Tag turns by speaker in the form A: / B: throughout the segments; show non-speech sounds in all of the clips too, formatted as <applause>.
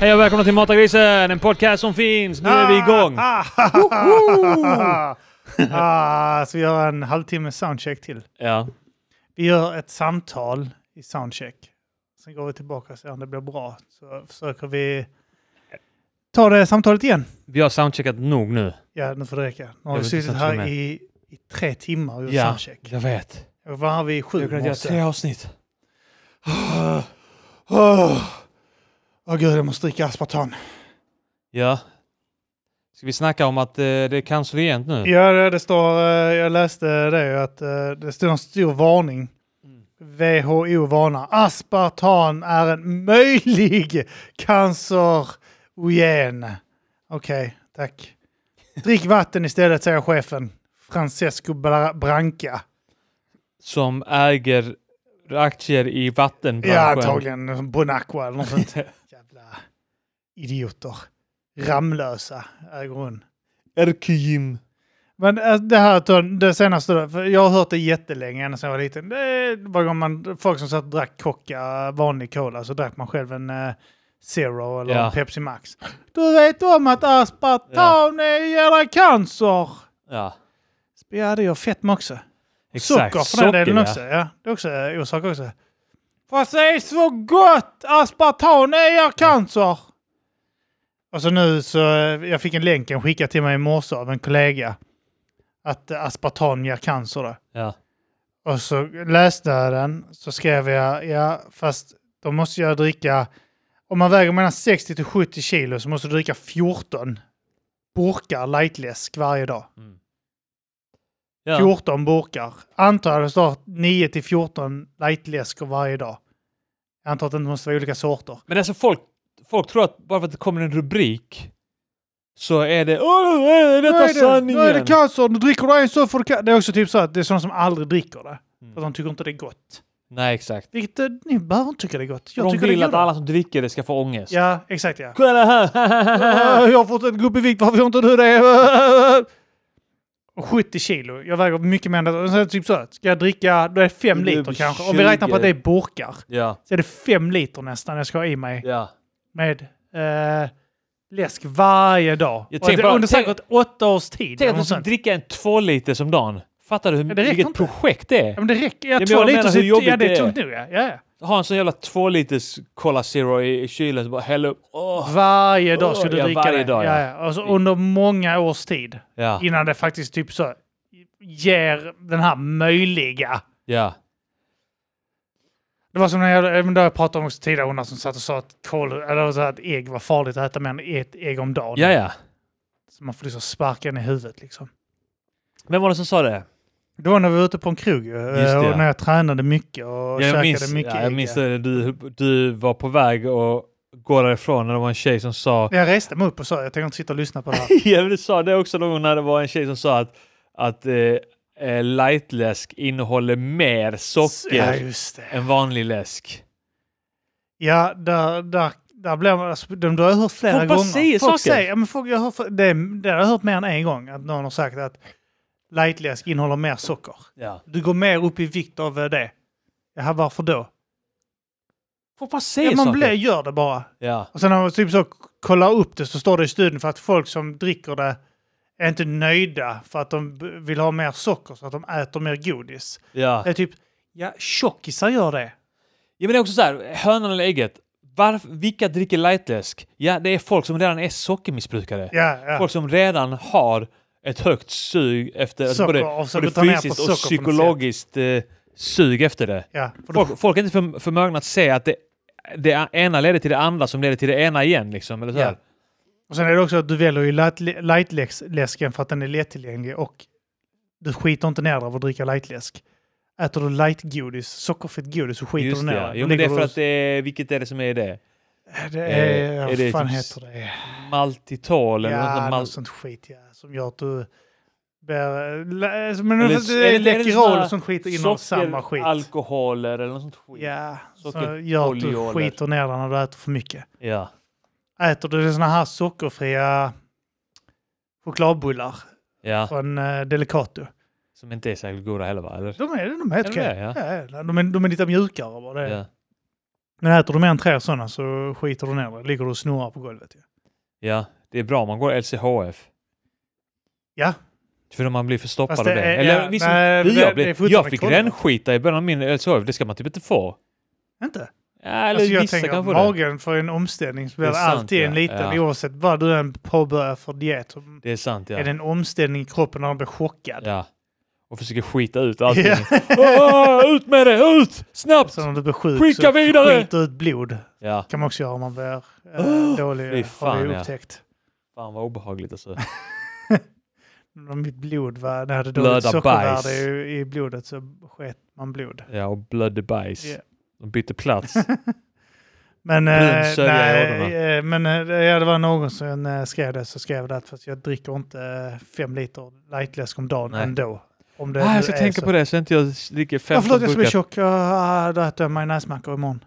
A: Hej och välkomna till Mata Grisen, en podcast som finns. Nu är vi igång.
B: Ah, ah,
A: <laughs>
B: ah, ah, ah, så vi gör en halvtimme soundcheck till.
A: Ja.
B: Vi gör ett samtal i soundcheck. Sen går vi tillbaka och ser om det blir bra. Så försöker vi ta det samtalet igen.
A: Vi har soundcheckat nog nu.
B: Ja, nu får det räcka. Nu
A: Jag
B: har vi
A: vet inte
B: suttit
A: vad jag
B: här
A: med.
B: i, i tre timmar och gjort soundcheck.
A: jag vet.
B: Och Vad har vi? i Sju
A: Jag kunde göra
B: måste.
A: tre avsnitt.
B: Åh oh, gud, jag måste dricka aspartam.
A: Ja. Ska vi snacka om att eh, det är cancerigent nu?
B: <laughs> Ja, det, det står, eh, jag läste det ju att eh, det står en stor varning. WHO varnar. Aspartan är en möjlig cancerogen. Okej, tack. Drick vatten istället, säger chefen. Francesco Bra- Branca.
A: Som äger aktier i vattenbranschen.
B: Ja, antagligen Bonacqua eller något sånt. Jävla idioter. Ramlösa äger hon.
A: Erkjim.
B: Men eh, det här, Ton, det senaste då, för jag har hört det jättelänge, ända sedan jag var liten. Det var gång man, folk som satt och drack Coca, vanlig cola, så drack man själv en eh, Zero eller
A: Ja.
B: en Pepsi Max. Du vet om att aspartam ja. ger dig cancer!
A: Ja,
B: Ja, det gör fetma också.
A: exakt.
B: Socker för den delen
A: ja.
B: också. Ja, det är också eh, orsak också. Fast det är så gott! Aspartam ger cancer! Och så nu så, eh, jag fick en länk en skickad till mig i morse av en kollega. Att eh, aspartam ger cancer då.
A: Ja.
B: Och så läste jag den, så skrev jag, ja fast då måste jag dricka, om man väger mellan 60 till 70 kilo så måste du dricka 14 burkar lightläsk varje dag.
A: Ja.
B: 14 burkar. Antar jag det står 9 till 14 lightläskor varje dag. Jag antar att det inte måste vara olika sorter.
A: Men alltså folk, folk tror att bara för att det kommer en rubrik så är det Åh, är
B: Nu
A: detta
B: är det, nu
A: sanningen?
B: är det cancer, nu dricker du en så får du ca-" Det är också typ så att det är sådana som aldrig dricker det.
A: Mm.
B: För de tycker inte det är gott.
A: Nej, exakt.
B: Vilket eh, ni behöver inte tycka det är gott. Jag
A: de
B: tycker
A: vill
B: det är
A: att
B: gott.
A: alla som dricker det ska få ångest.
B: Ja,
A: <laughs>
B: exakt ja.
A: Kolla
B: Ah,
A: här!
B: jag har fått en gubb i vikt, varför gör inte du det? <laughs> Och 70 kilo, jag väger mycket mer än det. Och sen typ så, här, ska jag dricka, då är det 5
A: Det är
B: liter kanske. Om vi räknar på
A: 20.
B: att det är burkar,
A: <laughs> ja,
B: så är det 5 liter nästan jag ska ha i mig
A: ja.
B: med eh, läsk varje dag.
A: Jag
B: Och
A: tänk
B: det-
A: bara-
B: Under
A: tänk-
B: säkert åtta års tid.
A: Tänk
B: eller
A: att du
B: något
A: ska
B: sånt.
A: dricka en två liter som dagen. Fattar du hur,
B: Ja, det räcker
A: vilket
B: inte.
A: projekt det
B: Ja,
A: är?
B: men det räcker. Ja,
A: men
B: två
A: jag
B: liter,
A: menar
B: så,
A: hur jobbigt
B: ja, det
A: det
B: är
A: är.
B: tungt nu ja. ja, ja.
A: Ha en sån jävla två liters Cola Zero i, i kylen så bara häll upp. Åh.
B: Varje dag ska
A: Åh,
B: du
A: ja,
B: dricka
A: varje
B: det.
A: dag,
B: ja.
A: ja.
B: Ja, Alltså, under många års tid.
A: Ja,
B: Innan det faktiskt typ så ger den här möjliga
A: ja.
B: Det var som när jag, men det har jag pratade om också tidigare, hon som satt och sa att, kol, eller så här att ägg var farligt att äta mer än ett ägg om dagen.
A: Ja, ja.
B: Så man får liksom sparka den i huvudet liksom.
A: Vem var det som sa det?
B: Det var när vi var ute på en krog ju, och
A: det, ja.
B: när jag tränade mycket och käkade
A: jag minns,
B: mycket
A: ja, jag
B: ägg.
A: minns det. Du, du var på väg att gå därifrån när det var en tjej som sa <laughs>
B: Jag reste mig upp och sa jag tänker inte sitta och lyssna på det här.
A: Ja, men du sa det också någon gång när det var en tjej som sa att, att eh, eh, lightläsk innehåller mer
B: Ja,
A: socker
B: just det.
A: än vanlig läsk.
B: Ja, där, där, där blir man... Alltså, de, de har jag hört flera
A: Folk bara
B: gånger.
A: säger
B: folk
A: saker.
B: Säger, ja, men folk, jag har, hört- det, det har jag hört mer än en gång, att någon har sagt att lightläsk innehåller mer socker.
A: Ja.
B: Du går mer upp i vikt av eh, det. Jaha, varför då?
A: Folk bara säger
B: Ja, man
A: saker.
B: blir, gör det bara.
A: Ja.
B: Och sen när man typ så kollar upp det så står det i studien för att folk som dricker det är inte nöjda för att de b- vill ha mer socker så att de äter mer godis.
A: Ja.
B: Det är typ, ja, tjockisar gör det.
A: ja, men det är också så här, hönan eller ägget. Varf, vilka dricker lightläsk? Ja, det är folk som redan är sockermissbrukare.
B: Ja, ja.
A: Folk som redan har ett högt sug efter, alltså
B: Socker,
A: både,
B: och som
A: både
B: vill ta ner på
A: fysiskt och
B: socker på något sätt.
A: psykologiskt eh, sug efter det.
B: ja. För då,
A: Folk, folk är inte för, förmögna att se att det, det ena leder till det andra som leder till det ena igen. Liksom, eller så här.
B: Ja. och sen är det också att du väljer ju light- lightläsken för att den är lättillgänglig och du skiter inte ner dig av att dricka lightläsk. Äter du lightgodis, sockerfritt godis, så skiter
A: Just
B: du
A: det,
B: ner
A: ja.
B: dig.
A: Jo,
B: Då
A: men det är
B: ligger
A: för
B: du-
A: att det är, vilket är det som är det?
B: Det är,
A: eh, är
B: vad
A: det
B: fan
A: typ
B: heter det?
A: Maltitol eller något
B: ja,
A: sånt
B: något
A: mal-
B: sånt skit ja. Som gör att du... Bär, lä, men
A: Eller-
B: eller, det
A: eller-
B: är
A: eller
B: Läkerol
A: såna
B: och sånt skit innehåller samma skit.
A: alkoholer eller något sånt skit.
B: ja, så
A: socker-
B: gör att du
A: oljeoler.
B: skiter ner dig när du äter för mycket.
A: Ja.
B: Äter du såna här sockerfria chokladbullar
A: ja.
B: från eh, Delicato.
A: Som inte är särskilt goda heller va? Eller?
B: De är, de är helt
A: Är de
B: okej.
A: det,
B: Ja, de, är- de är lite mjukare bara. Det.
A: Ja.
B: Men äter du mer än tre sådana så skiter du ner dig. Ligger du och snorar på golvet. Ja.
A: Ja, det är bra om man går LCHF.
B: Ja.
A: För om man blir förstoppad
B: Fast
A: av
B: det
A: det.
B: är-
A: Eller
B: ja,
A: liksom,
B: nej,
A: hur
B: det-
A: jag,
B: det är
A: blev,
B: fortfarande
A: jag fick
B: kollar.
A: rännskita i början av min LCHF, det ska man typ inte få.
B: Inte?
A: Ja, Eller
B: Alltså jag
A: vissa
B: tänker
A: kan
B: att
A: få det.
B: magen för en omställning så blir
A: Det är
B: det
A: sant,
B: alltid en
A: ja.
B: liten.
A: Ja.
B: Oavsett vad du än påbörjar för diet. så
A: Det är sant, ja.
B: Är det en omställning i kroppen när den blir chockad?
A: ja. Och försöker skita ut allting.
B: Ja. Alltså.
A: Åh, ut med det! Ut! Snabbt!
B: Så när du blir sjuk
A: Skicka
B: så
A: vidare!
B: skiter ut blod.
A: Ja,
B: kan man också göra om man blir eh,
A: Åh, fy
B: dålig. har
A: fan,
B: vi
A: ja.
B: upptäckt.
A: fan vad obehagligt alltså.
B: Om mitt blod var, när jag hade
A: Blöda
B: dåligt sockervärde
A: bajs.
B: i, i blodet så sket man blod.
A: Ja, och blödde bajs.
B: Ja.
A: De bytte
B: <laughs>
A: plats.
B: Men, eh,
A: Brun sörja i
B: nej,
A: ådrorna.
B: eh, men eh, ja, det var någon som eh, skrev det så skrev det att fast jag dricker inte eh, fem liter lightläsk om dagen
A: Nej.
B: ändå. Om det
A: Ah,
B: nu
A: jag ska
B: är
A: tänka
B: så.
A: på det så inte jag dricker
B: alltså. Ja,
A: 15
B: förlåt, jag ska bli
A: burkar
B: tjock. Jag äh, äter majonnäsmackor imorgon.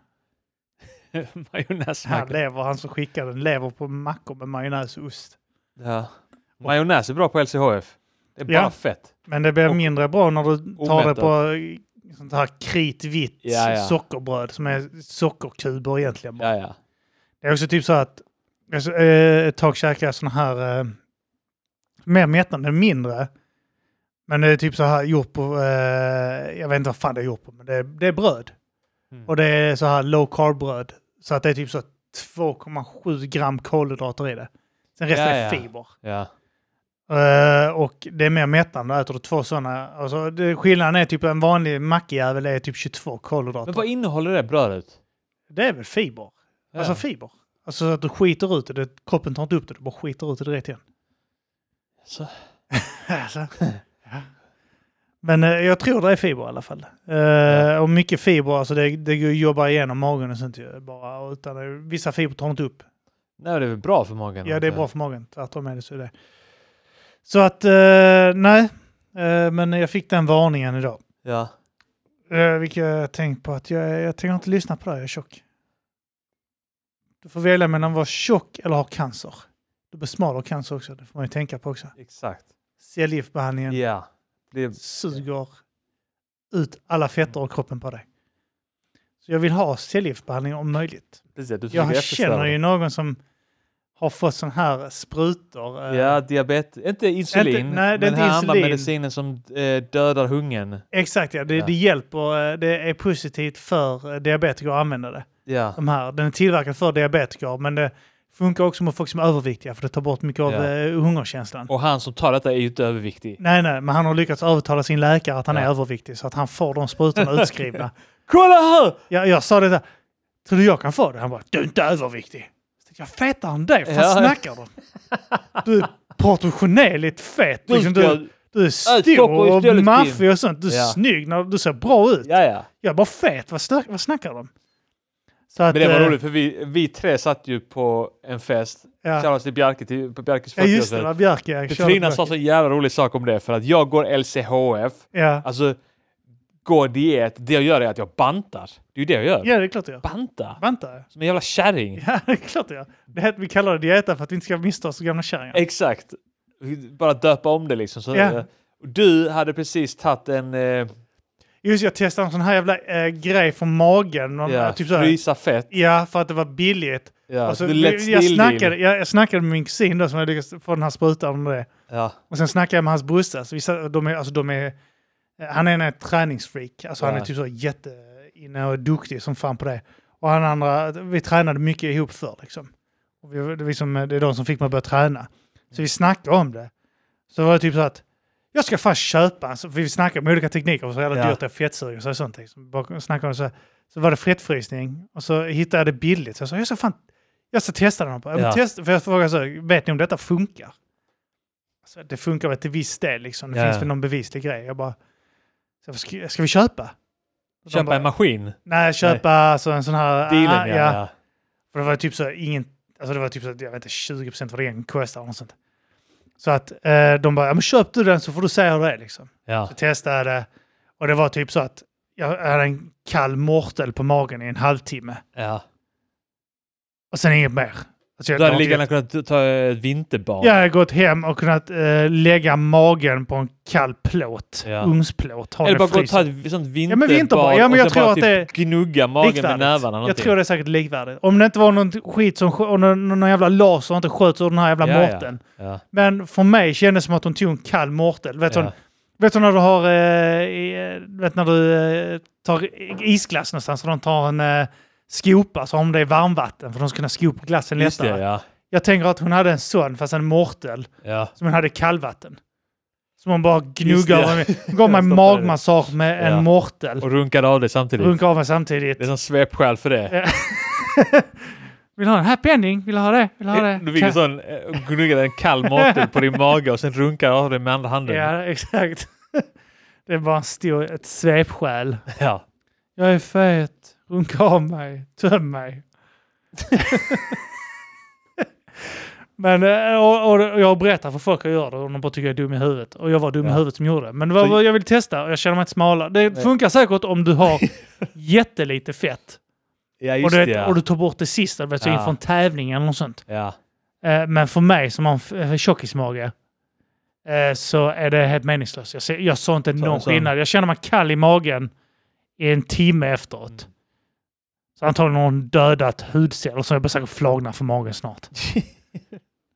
A: <laughs>
B: Här
A: majonnäsmackor.
B: lever han som skickade den. Lever på mackor med majonnäs och ost.
A: Ja. Majonnäs är bra på LCHF. Det är bara
B: Ja.
A: fett.
B: Men det blir
A: Och-
B: mindre bra när du tar det
A: Omättat.
B: på eh, sånt här kritvitt
A: Ja, ja.
B: sockerbröd som är sockerkuber egentligen. bara.
A: Ja, ja.
B: Det är också typ så att alltså, eh, ett tag käkade jag såna här eh, mer mättande, mindre. Men det är typ så här gjort på, eh, jag vet inte vad fan det är gjort på, men det är, det är bröd.
A: Mm.
B: Och det är så här low carb bröd. Så att det är typ så 2,7 gram kolhydrater i det. Sen resten
A: Ja,
B: är
A: ja.
B: fiber.
A: ja.
B: Eh, och det är mer mättande, äter du två sådana. Alltså, det, skillnaden är typ en vanlig mackjävel är typ 22 kolhydrater.
A: Men vad innehåller det brödet?
B: Det är väl fiber?
A: Ja.
B: Alltså fiber. Alltså så att du skiter ut det, det, kroppen tar inte upp det, du bara skiter ut det direkt igen. <laughs>
A: Så-
B: alltså. ja. Men eh, jag tror det är fiber i alla fall. Eh, Och mycket fiber, alltså det, det jobbar igenom magen och sånt ju. Bara, utan, eh, vissa fiber tar inte upp.
A: Nej, det är väl bra för magen? alltså.
B: Ja, det är
A: antar
B: bra
A: jag.
B: för magen. Tvärtom är det så det. Så att, eh, nej. Eh, men jag fick den varningen idag.
A: Ja.
B: Eh, vilket jag tänkt på att jag, jag tänker inte lyssna på det, jag är tjock. Du får välja mellan att vara tjock eller ha cancer. Du blir smal och cancer också, det får man ju tänka på också.
A: Exakt.
B: Cellgiftsbehandlingen
A: Ja. Det är...
B: suger ut alla fetter av kroppen på dig. Så jag vill ha cellgiftsbehandling om möjligt.
A: Precis, du försöker
B: Jag
A: eftersträva
B: känner ju
A: det.
B: någon som har fått sån här sprutor. eh,
A: Ja, diabetes. Inte insulin.
B: Inte- nej, det är
A: men
B: inte
A: här använder
B: insulin.
A: medicinen som eh, dödar hungern.
B: Exakt, ja. Det,
A: Ja.
B: det hjälper. eh, Det är positivt för eh, diabetiker att använda det.
A: Ja.
B: De här. Den är tillverkad för diabetiker, men det funkar också mot folk som är överviktiga för det tar bort mycket av
A: Ja.
B: eh, hungerkänslan.
A: Och han som tar detta är ju inte överviktig.
B: Nej, nej, men han har lyckats övertala sin läkare att han
A: Ja.
B: är överviktig så att han får de
A: <laughs>
B: sprutorna utskrivna.
A: Kolla här!
B: Jag, jag sa det där. Tror du jag kan få det? Han bara, du är inte överviktig. Så tänkte Jag är fetare än dig, vad
A: Ja.
B: fan snackar du? Du är proportionerligt fet.
A: Du
B: Liksom,
A: ska...
B: du, du är
A: socker
B: stor
A: istället,
B: och
A: Kim.
B: maffig och sånt. Du är
A: Ja.
B: snygg, när du ser bra ut.
A: Ja, ja.
B: Jag är bara fet, vad, snack, vad snackar de? Så att,
A: Men det var
B: eh,
A: roligt för vi, vi tre satt ju på en fest.
B: Ja.
A: Shoutouts till Bjarke till, på Bjarkes
B: Ja just det, det
A: 40-årsfest.
B: var Björk jag körde
A: Petrina
B: på.
A: sa så jävla rolig sak om det för att jag går LCHF,
B: Ja.
A: alltså går diet, det jag gör är att jag bantar. Det är ju det jag gör.
B: ja, det är klart jag gör.
A: Banta!
B: Vänta.
A: Som en jävla kärring.
B: Ja, det är klart jag gör. Det här, vi kallar det dieta för att vi inte ska missta oss som gamla kärringar.
A: Exakt. Bara döpa om det liksom. Så,
B: Ja.
A: Du hade precis tagit en eh,
B: Just jag testade en sån här jävla eh, grej för magen. Man,
A: ja,
B: typ så här,
A: frysa fett.
B: ja, för att det var billigt.
A: Ja,
B: Och så,
A: the Let's
B: vi- jag,
A: Still
B: snackade,
A: Deal.
B: jag, jag snackade med min kusin då som hade lyckats få den här sprutan om det.
A: Ja,
B: Och sen snackade jag med hans brorsa. Så vi, sa- de är, alltså, de är, han är en eh, träningsfreak. Alltså, Han är
A: Ja.
B: typ så jätteinne och duktig som fan på det. Och han andra, vi tränade mycket ihop förr. Liksom. Och vi, det, var liksom, det är de som fick mig att börja träna. Så vi snackade om det. Så var det typ så att jag ska fan köpa, alltså, för vi snackade om olika tekniker, och så jävla
A: Ja.
B: dyrt det är fettsuga och så- sånt. Liksom. Bara snackade om det så, här. så var det fettfrysning och så hittade jag det billigt. Så jag sa, jag ska fan, jag ska testa den. Ja.
A: Ja.
B: Test, för jag frågade så, här, vet ni om detta funkar? Alltså, det funkar väl till viss del liksom. Det
A: Ja.
B: finns väl någon bevislig grej. Jag bara, så, ska, ska vi köpa? Och de
A: köpa
B: bara,
A: en maskin.
B: Nej, köpa alltså, en sån här... ah,
A: Dealen ja.
B: ja.
A: ja.
B: För det var typ så här, ingen, alltså det var typ så här, jag vet inte, 20 procent vad det egentligen kostar eller något sånt. Så att eh, de bara, ja men köp du den så får du säga hur det är liksom.
A: ja.
B: Så testade jag det och det var typ så att jag hade en kall mortel på magen i en halvtimme
A: ja.
B: och sen inget mer. Alltså, jag
A: Du hade
B: har inte-
A: lika gärna kunnat ta ett vinterbad.
B: Jag hade gått hem och kunnat eh, lägga magen på en kall plåt.
A: Ja.
B: Ugnsplåt. Ha
A: Eller
B: det
A: bara
B: i
A: gå och ta
B: frysen.
A: ett vi- sånt
B: men
A: vinterbad
B: vinterbad. Ja, men
A: och
B: jag
A: sen
B: tror
A: bara
B: att
A: typ
B: det är
A: gnugga magen med
B: Likvärdigt.
A: nävarna.
B: Jag tror det är säkert likvärdigt. Om det inte var någon skit som skö- och någon, någon jävla laser inte sköts ur den här jävla
A: Ja, ja.
B: mårten.
A: Ja.
B: Men för mig kändes det som att de tog en kall mårtel. Vet,
A: Ja.
B: du, vet du när du har... Eh, i- vet när du eh, tar isglass någonstans och de tar en eh, skopa så har de det i varmvatten för de ska kunna sko upp glassen
A: Just
B: lättare.
A: det, ja.
B: Jag tänker att hon hade en sån fast en mårtel.
A: ja.
B: som hon hade i kallvatten. Som hon bara
A: Just det,
B: gnuggar
A: ja.
B: över mig. Hon gav mig
A: <laughs> Jag stoppade
B: magmassage med
A: Ja.
B: en mortel.
A: Och runkade av dig samtidigt.
B: Runkade av mig samtidigt.
A: Det är som svepskäl för det.
B: Vill du ha en happy ending? Vill du ha det? Vill du ha det?
A: Du fick en sån, eh, gnuggade en kall matel på din mage och sen runkade av dig med andra handen. Ja.
B: Ja, <laughs> exakt. Det är bara en stor, ett svepskäl.
A: Ja.
B: Jag är fet. Runka av mig.
A: <laughs>
B: Töm mig. Men eh, och, och jag berättar för folk hur jag gör det och de bara tycker jag är dum i huvudet. Och jag var dum i
A: Ja.
B: huvudet som gjorde det. Men det var
A: Så-
B: vad jag vill testa och jag känner mig inte smalare. Det
A: Nej.
B: funkar säkert om du
A: <laughs>
B: har jättelite fett. Och
A: just
B: du,
A: det.
B: vet, och
A: Ja.
B: du tar bort det sista, du vet, så
A: Ja.
B: inför en tävling eller något sånt.
A: Ja.
B: Eh, Men för mig som har en f- eh, tjockismage eh, så är det helt meningslöst. Jag, ser, jag såg inte
A: Så-
B: någon
A: så-
B: skillnad. Jag känner mig kall i magen i en timme efteråt. Så antagligen har hon dödat hudceller som jag bara säkert flagnar för magen snart.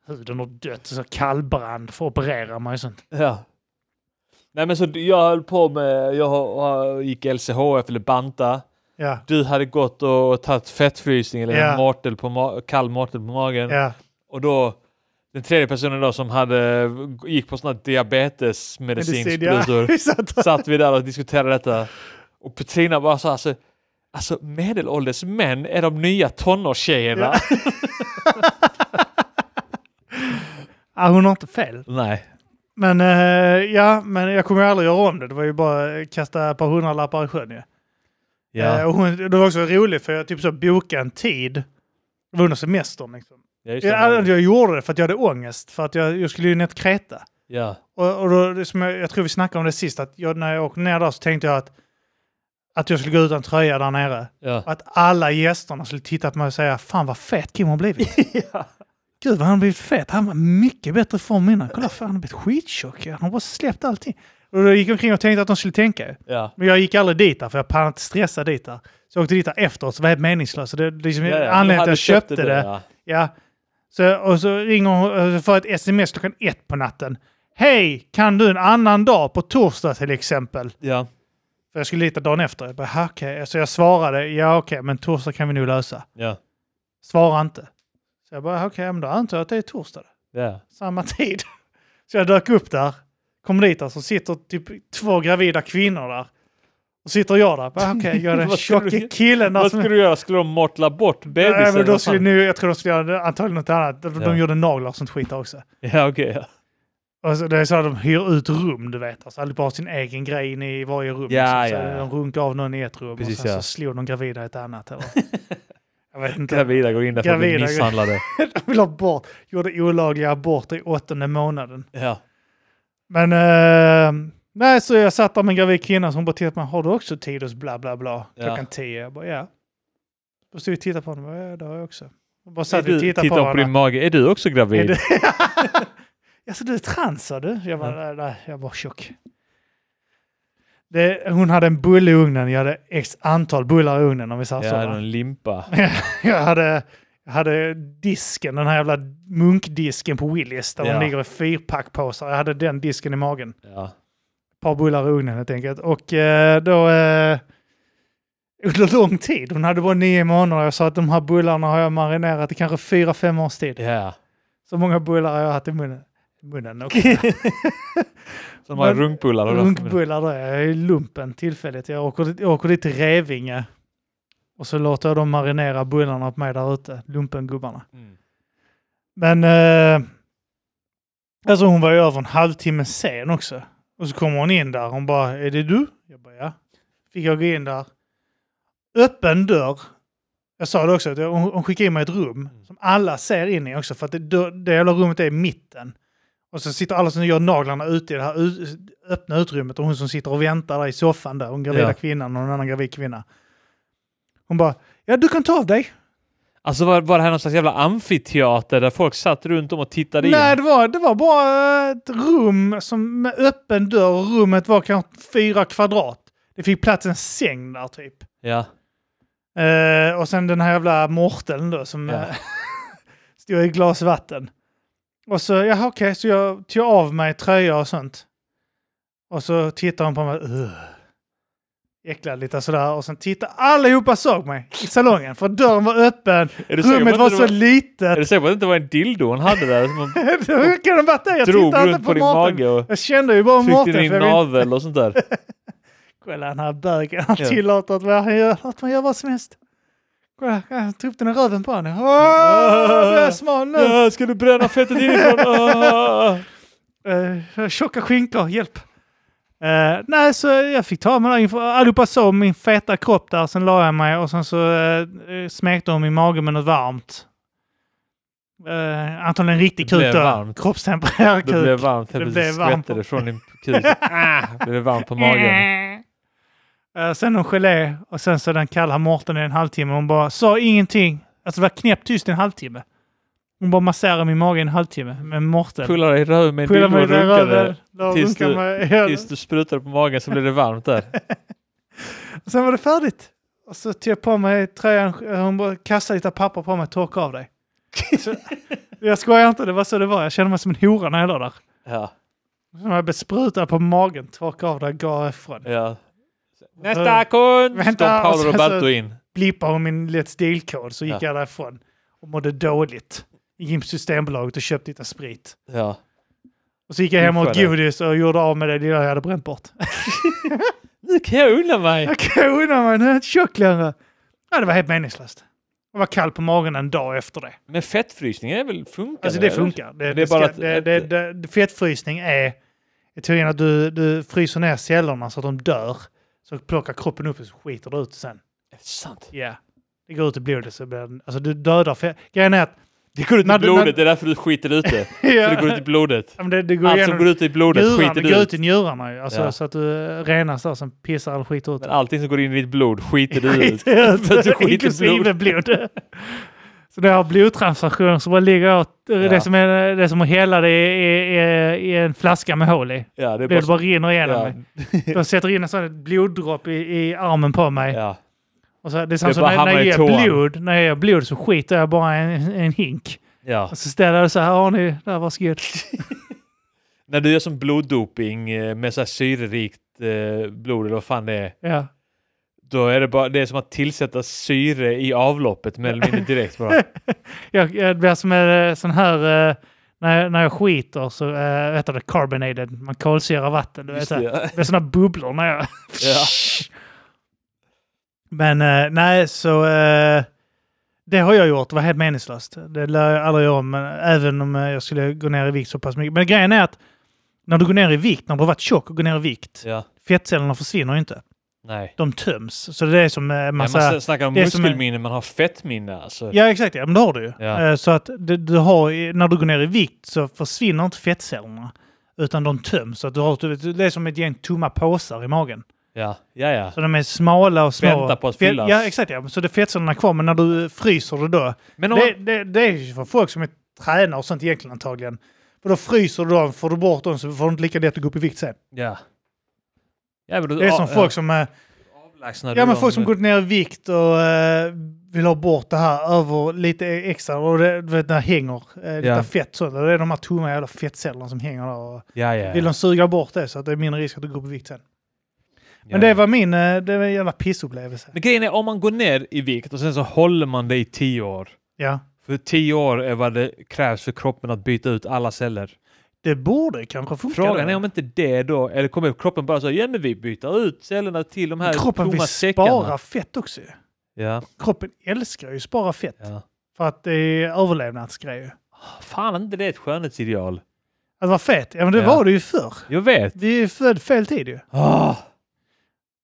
B: Huden har dött, så kallbrand, får operera mig och sånt.
A: <laughs> ja. Nej men så du- jag höll på med, jag har- har- gick LCHF eller banta.
B: Ja,
A: Du hade gått och tagit fettfrysning eller
B: Ja.
A: en mortel på ma- kall mortel på magen.
B: ja,
A: Och då, den tredje personen då som hade, gick på sån här
B: <laughs>
A: diabetesmedicinsprutor.
B: Vi satt
A: <laughs>
B: och-
A: satt vi där och diskuterade detta. Och Petrina bara så här, alltså, alltså medelålders män är de nya tonårstjejerna.
B: Ah, hon har inte fel.
A: <laughs> Nej.
B: Men eh, ja, men jag kommer ju aldrig göra om det. Det var ju bara att kasta ett par hundralappar i sjön ju. Eh,
A: Ja,
B: och hon, det var också roligt för jag typ så bokade en tid. Det var under semestern. Liksom.
A: ja just
B: Jag,
A: det.
B: jag gjorde det för att jag hade ångest. För att jag, jag skulle ju ner till Kreta.
A: Ja,
B: Och, och då, det som jag, jag tror vi snackade om det sist, att jag, när jag åkte ner där så tänkte jag att, att jag skulle gå utan tröja där nere.
A: ja.
B: Och att alla gästerna skulle titta på mig och säga Fan vad fet Kim
A: <laughs>
B: har blivit. Gud vad han har blivit fet. Han var mycket bättre i form innan. Kolla fan han har blivit skittjock. Han har bara släppt allting. Och då gick jag omkring och tänkte att de skulle tänka.
A: ja.
B: Men jag gick aldrig dit där, för jag pannade inte stressa dit där. Så jag åkte dit där efteråt, så var det helt meningslöst. Så det, det är liksom
A: Ja, ja.
B: anledningen till
A: Du
B: att
A: hade
B: jag köpte det. Ja.
A: Ja.
B: Så, och så ringer hon eh, för ett sms klockan ett på natten. Hej, kan du en annan dag på torsdag till exempel?
A: Ja.
B: För jag skulle dit dagen efter. Jag bara, "Ha, okej. Så jag svarade, ja okej, men torsdag kan vi nog lösa.
A: Ja.
B: Svara inte. Så jag bara, okej, men då antar jag att det är torsdag.
A: Ja.
B: Samma tid. <laughs> Så jag dök upp där, kom dit där, så sitter typ två gravida kvinnor där. Och sitter jag där, bara, okej, jag är <laughs>
A: <laughs>
B: den
A: Vad skulle
B: tjocke
A: du-
B: killen där
A: Vad
B: som...
A: skulle du göra? Skulle de mortla bort bebisen?
B: Nej, alltså. men då
A: Vad
B: skulle
A: fan?
B: nu, jag tror de skulle göra antagligen något annat. De,
A: Ja.
B: de gjorde naglar och sånt skit där också.
A: Ja, okej. ja.
B: Och så, det är så att de hyr ut rum, du vet. Alltså, alla bara har sin egen grej inne i varje rum. liksom.
A: Ja,
B: så,
A: ja, ja.
B: så de runkar av någon i ett rum
A: Precis,
B: och sen
A: ja.
B: så slår de gravida i ett
A: <laughs>
B: annat. Eller? jag vet inte.
A: Gravida går in där för att bli
B: Gravida går- <laughs>
A: misshandlade.
B: De vill ha bort, gjorde olagliga aborter i åttonde månaden.
A: Ja.
B: Men eh, nej, så jag satt där med en gravid kvinna som bara tittade på mig. Har du också tid hos bla bla bla?
A: Ja.
B: Klockan tio. Jag bara ja. Då stod vi och tittade på honom. Ja, det har jag också. Och bara
A: Är
B: satt vi
A: du,
B: och
A: titta
B: tittade på
A: på, din
B: honom.
A: mage. Är du också gravid?
B: Är du- <laughs> Alltså du är trans sa du? Jag bara, nej, nej, jag var tjock. Det, hon hade en bulle i ugnen. Jag hade x antal bullar i ugnen om vi säger
A: Ja,
B: så.
A: är du
B: Alltså, va?
A: en limpa?
B: Jag hade, jag hade disken, den här jävla munkdisken på Willys där
A: Ja.
B: de ligger i fyrpackpåsar. Jag hade den disken i magen
A: Ja.
B: par bullar i ugnen helt enkelt. Och eh, då... Eh, under lång tid. Hon hade bara nio månader. Jag sa att de här bullarna har jag marinerat i kanske fyra, fem års tid.
A: Ja.
B: Så många bullar har jag haft i munnen. munnen och
A: Som de här
B: Men-
A: runkbullar. och-
B: runkbullar där. Jag är i lumpen tillfälligt. Jag åker, dit- jag åker dit till Revinge. Och så låter jag dem marinera bullarna på mig där ute. Lumpengubbarna.
A: Mm.
B: Men... Eh, alltså hon var ju över en halvtimme sen också. Och så kommer hon in där. Hon bara, är det du? Jag bara, ja. Fick jag gå in där. Öppen dörr. Jag sa det också, att jag- hon, hon skickade in mig i ett rum som alla ser in i också. För att det, dörr- det jävla rummet är i mitten. Och så sitter alla som gör naglarna ute i det här ut, öppna utrymmet. Och hon som sitter och väntar där i soffan där. Hon gravida
A: Ja.
B: kvinnan och en annan gravid kvinna. Hon bara, ja du kan ta av dig.
A: Alltså var, var det här någon slags jävla amfiteater där folk satt runt om och tittade
B: Nej,
A: in?
B: det var, det var bara ett rum som med öppen dörr. och Rummet var kanske fyra kvadrat. Det fick plats en säng där typ.
A: Ja.
B: Eh, och sen den här jävla morteln då som
A: Ja.
B: eh, <laughs> stod i ett glas vatten. Och så, jaha okej, så jag tog av mig tröja och sånt. Och så tittade hon på mig, "Ugh." äcklad lite sådär. Och sen tittade allihopa såg mig i salongen för dörren var öppen,
A: Är du säker på
B: rummet
A: att
B: var
A: det
B: så
A: var-
B: litet. <laughs>
A: Är du säker på att det inte var en dildo hon hade där som hon
B: Hur kan det varit det? <laughs> Jag
A: drog
B: tittade inte
A: runt på
B: på
A: din
B: morteln.
A: mage och
B: Jag kände ju bara
A: tryckte
B: morteln.
A: din
B: för jag vet-
A: navel och sånt
B: <laughs>
A: där?
B: Kolla den här bögen, han
A: Ja.
B: tillåter att man gör, att man gör vad som helst. Kolla, han tog upp den i röven på henne. Åh,
A: Ah.
B: jag är smal nu!
A: Ja, ska du bränna fettet
B: <laughs>
A: inifrån? Ah.
B: Eh, tjocka skinkor, hjälp! Eh, nej, så jag fick ta mig där inför. Allihopa såg min feta kropp där, sen la jag mig och sen så eh, smekte hon min mage med något varmt. Uh, antagligen riktigt
A: Det blev
B: kul då.
A: varmt.
B: Kroppstempererad
A: Det blev varmt,
B: Det
A: helt
B: blev
A: plötsligt
B: varmt.
A: skvätte det från din
B: <laughs>
A: kuk. Ah, blev det varmt på magen.
B: Eh, sen någon gelé och sen så den kalla Mårten i en halvtimme. Hon bara sa ingenting. Alltså det var knäpptyst i en halvtimme. Hon bara masserade min mage i en halvtimme med Mårten.
A: Pullade dig i röven med en dildo
B: Pullade mig
A: och
B: i den
A: runkade.
B: röven. La
A: tills
B: runkan
A: du-
B: med- ja.
A: Tills du sprutade på magen så blev det varmt där.
B: <laughs> Och Sen var det färdigt. Och så tog jag på mig tröjan. Hon bara kastade lite papper på mig. Torka av dig.
A: <laughs>
B: Så, jag skojar inte. Det var så det var. Jag kände mig som en hora när jag låg där.
A: Ja,
B: Som jag besprutad på magen. Torka av dig. Gå ifrån.
A: ja. Nästa kund! Kom
B: Vänta, och
A: Paolo
B: sen så-
A: Roberto in.
B: blippade hon min Let's Deal-kod så gick
A: Ja.
B: jag därifrån och mådde dåligt. Gick in på Systembolaget och köpte lite sprit.
A: Ja.
B: Och så gick jag hem och åt
A: Skönt.
B: godis och gjorde av med det lilla jag hade bränt bort. <laughs>
A: Nu kan jag unna mig!
B: Jag kan unna mig, nu är jag inte tjock längre. Ja, det var helt meningslöst. Jag var kall på magen en dag efter det.
A: Men fettfrysningen är väl funkar?
B: Alltså det
A: eller?
B: funkar. Det, det,
A: det är
B: ska,
A: bara att-
B: det, det, det, det, fettfrysning är är teorin att du, du fryser ner cellerna så att de dör. Så plockar kroppen upp och så skiter det ut sen.
A: Är det sant?
B: Ja. Det går ut i blodet så blir den- Alltså du dödar fett. Grejen är att...
A: Det går ut i
B: När du-
A: blodet,
B: när-
A: det är därför du skiter ut det. För det går ut i blodet.
B: <laughs> Ja, men det, det går
A: Allt som
B: igenom
A: går ut i blodet
B: njurarna,
A: skiter
B: det går
A: du
B: ut
A: ut.
B: i njurarna ju. Alltså,
A: Ja.
B: så att du renas där, sen pissar all skit ut.
A: Men allting som går in i ditt blod skiter
B: <laughs>
A: du ut. För att du
B: Skit ut,
A: skiter i blod.
B: inklusive blod. <laughs> Så när jag har blodtransfusion så bara ligger jag åt det som är det som att hälla det i, i, i en flaska med hål i.
A: Ja, det är
B: Blodet
A: bara...
B: bara rinner igenom
A: Ja,
B: mig. De sätter in en sån bloddropp i, i armen på mig.
A: ja.
B: Och så, det är samma
A: Det
B: som
A: bara
B: när, när
A: hamnar
B: jag
A: i
B: ger
A: tåan.
B: blod. När jag ger blod så skiter jag bara i en, en hink.
A: ja.
B: Och så ställer jag så här, har ni, där varsågod.
A: När du gör som bloddoping eh, med så här syrerikt eh, blod eller vad fan det är.
B: Ja.
A: Då är det bara det är som att tillsätta syre i avloppet mer eller mindre direkt
B: <laughs>
A: bara.
B: Jag, jag det blir som en eh, sån här, eh, när, jag- när jag skiter så äh, heter det carbonated, man kolsyrar vatten. Du vet,
A: Just
B: det, det
A: det.
B: blir såna bubblor när <laughs> jag...
A: Ja.
B: Men eh, nej, så eh, det har jag gjort. Det var helt meningslöst. Det lär jag aldrig göra om, men även om eh, jag skulle gå ner i vikt så pass mycket. Men grejen är att när du går ner i vikt, när du har varit tjock och går ner i vikt,
A: ja.
B: fettcellerna försvinner ju inte.
A: Nej.
B: De töms. Så det är som eh,
A: Man,
B: massa...
A: man snackar om
B: det är som en-
A: muskelminne, man har fettminne alltså.
B: Ja, exakt. Ja, men det har du ju.
A: Ja.
B: Eh, Så att du, du har, i- när du går ner i vikt så försvinner inte fettcellerna. Utan de töms. Så att du har, du vet, det är som ett gäng tomma påsar i magen.
A: Ja, ja, ja.
B: Så de är smala och små.
A: Väntar på att
B: Fet-
A: fyllas.
B: Ja, exakt. Ja. Så det är fettcellerna kvar. Men när du fryser det då.
A: Men om
B: Det, det, det är ju för folk som är tränare och sånt egentligen antagligen. För då fryser du dem, får du bort dem så får du inte lika lätt att gå upp i vikt sen.
A: Ja. ja men du,
B: Det är som
A: ja,
B: folk som... eh,
A: avlägsnar
B: Ja,
A: du eh,
B: men
A: dem.
B: folk som gått ner i vikt och eh, vill ha bort det här över lite extra. Och det, du vet, när det hänger eh, lite
A: Ja.
B: fett så. Det är de här tomma jävla fettcellerna som hänger där. Och
A: Ja, ja.
B: Vill
A: ja.
B: de suga bort det så att det är mindre risk att du går upp i vikt sen. Men
A: Ja,
B: det
A: ja.
B: var min eh, det var en jävla pissupplevelse.
A: Men grejen är, om man går ner i vikt och sen så håller man det i tio år.
B: Ja.
A: För tio år är vad det krävs för kroppen att byta ut alla celler.
B: Det borde kanske funka.
A: Frågan
B: då.
A: är om inte det då, eller kommer kroppen bara säga ja men vi byter ut cellerna till de här
B: Kroppen
A: tomma
B: vill
A: säckarna.
B: spara fett också. ju.
A: Ja,
B: Kroppen älskar ju att spara fett.
A: ja.
B: För att det är överlevnadsgrej.
A: Fan, är inte det ett skönhetsideal?
B: Att vara fet, ja men det
A: Ja.
B: var det ju förr.
A: Jag vet.
B: Vi är ju född fel tid ju.
A: Ah,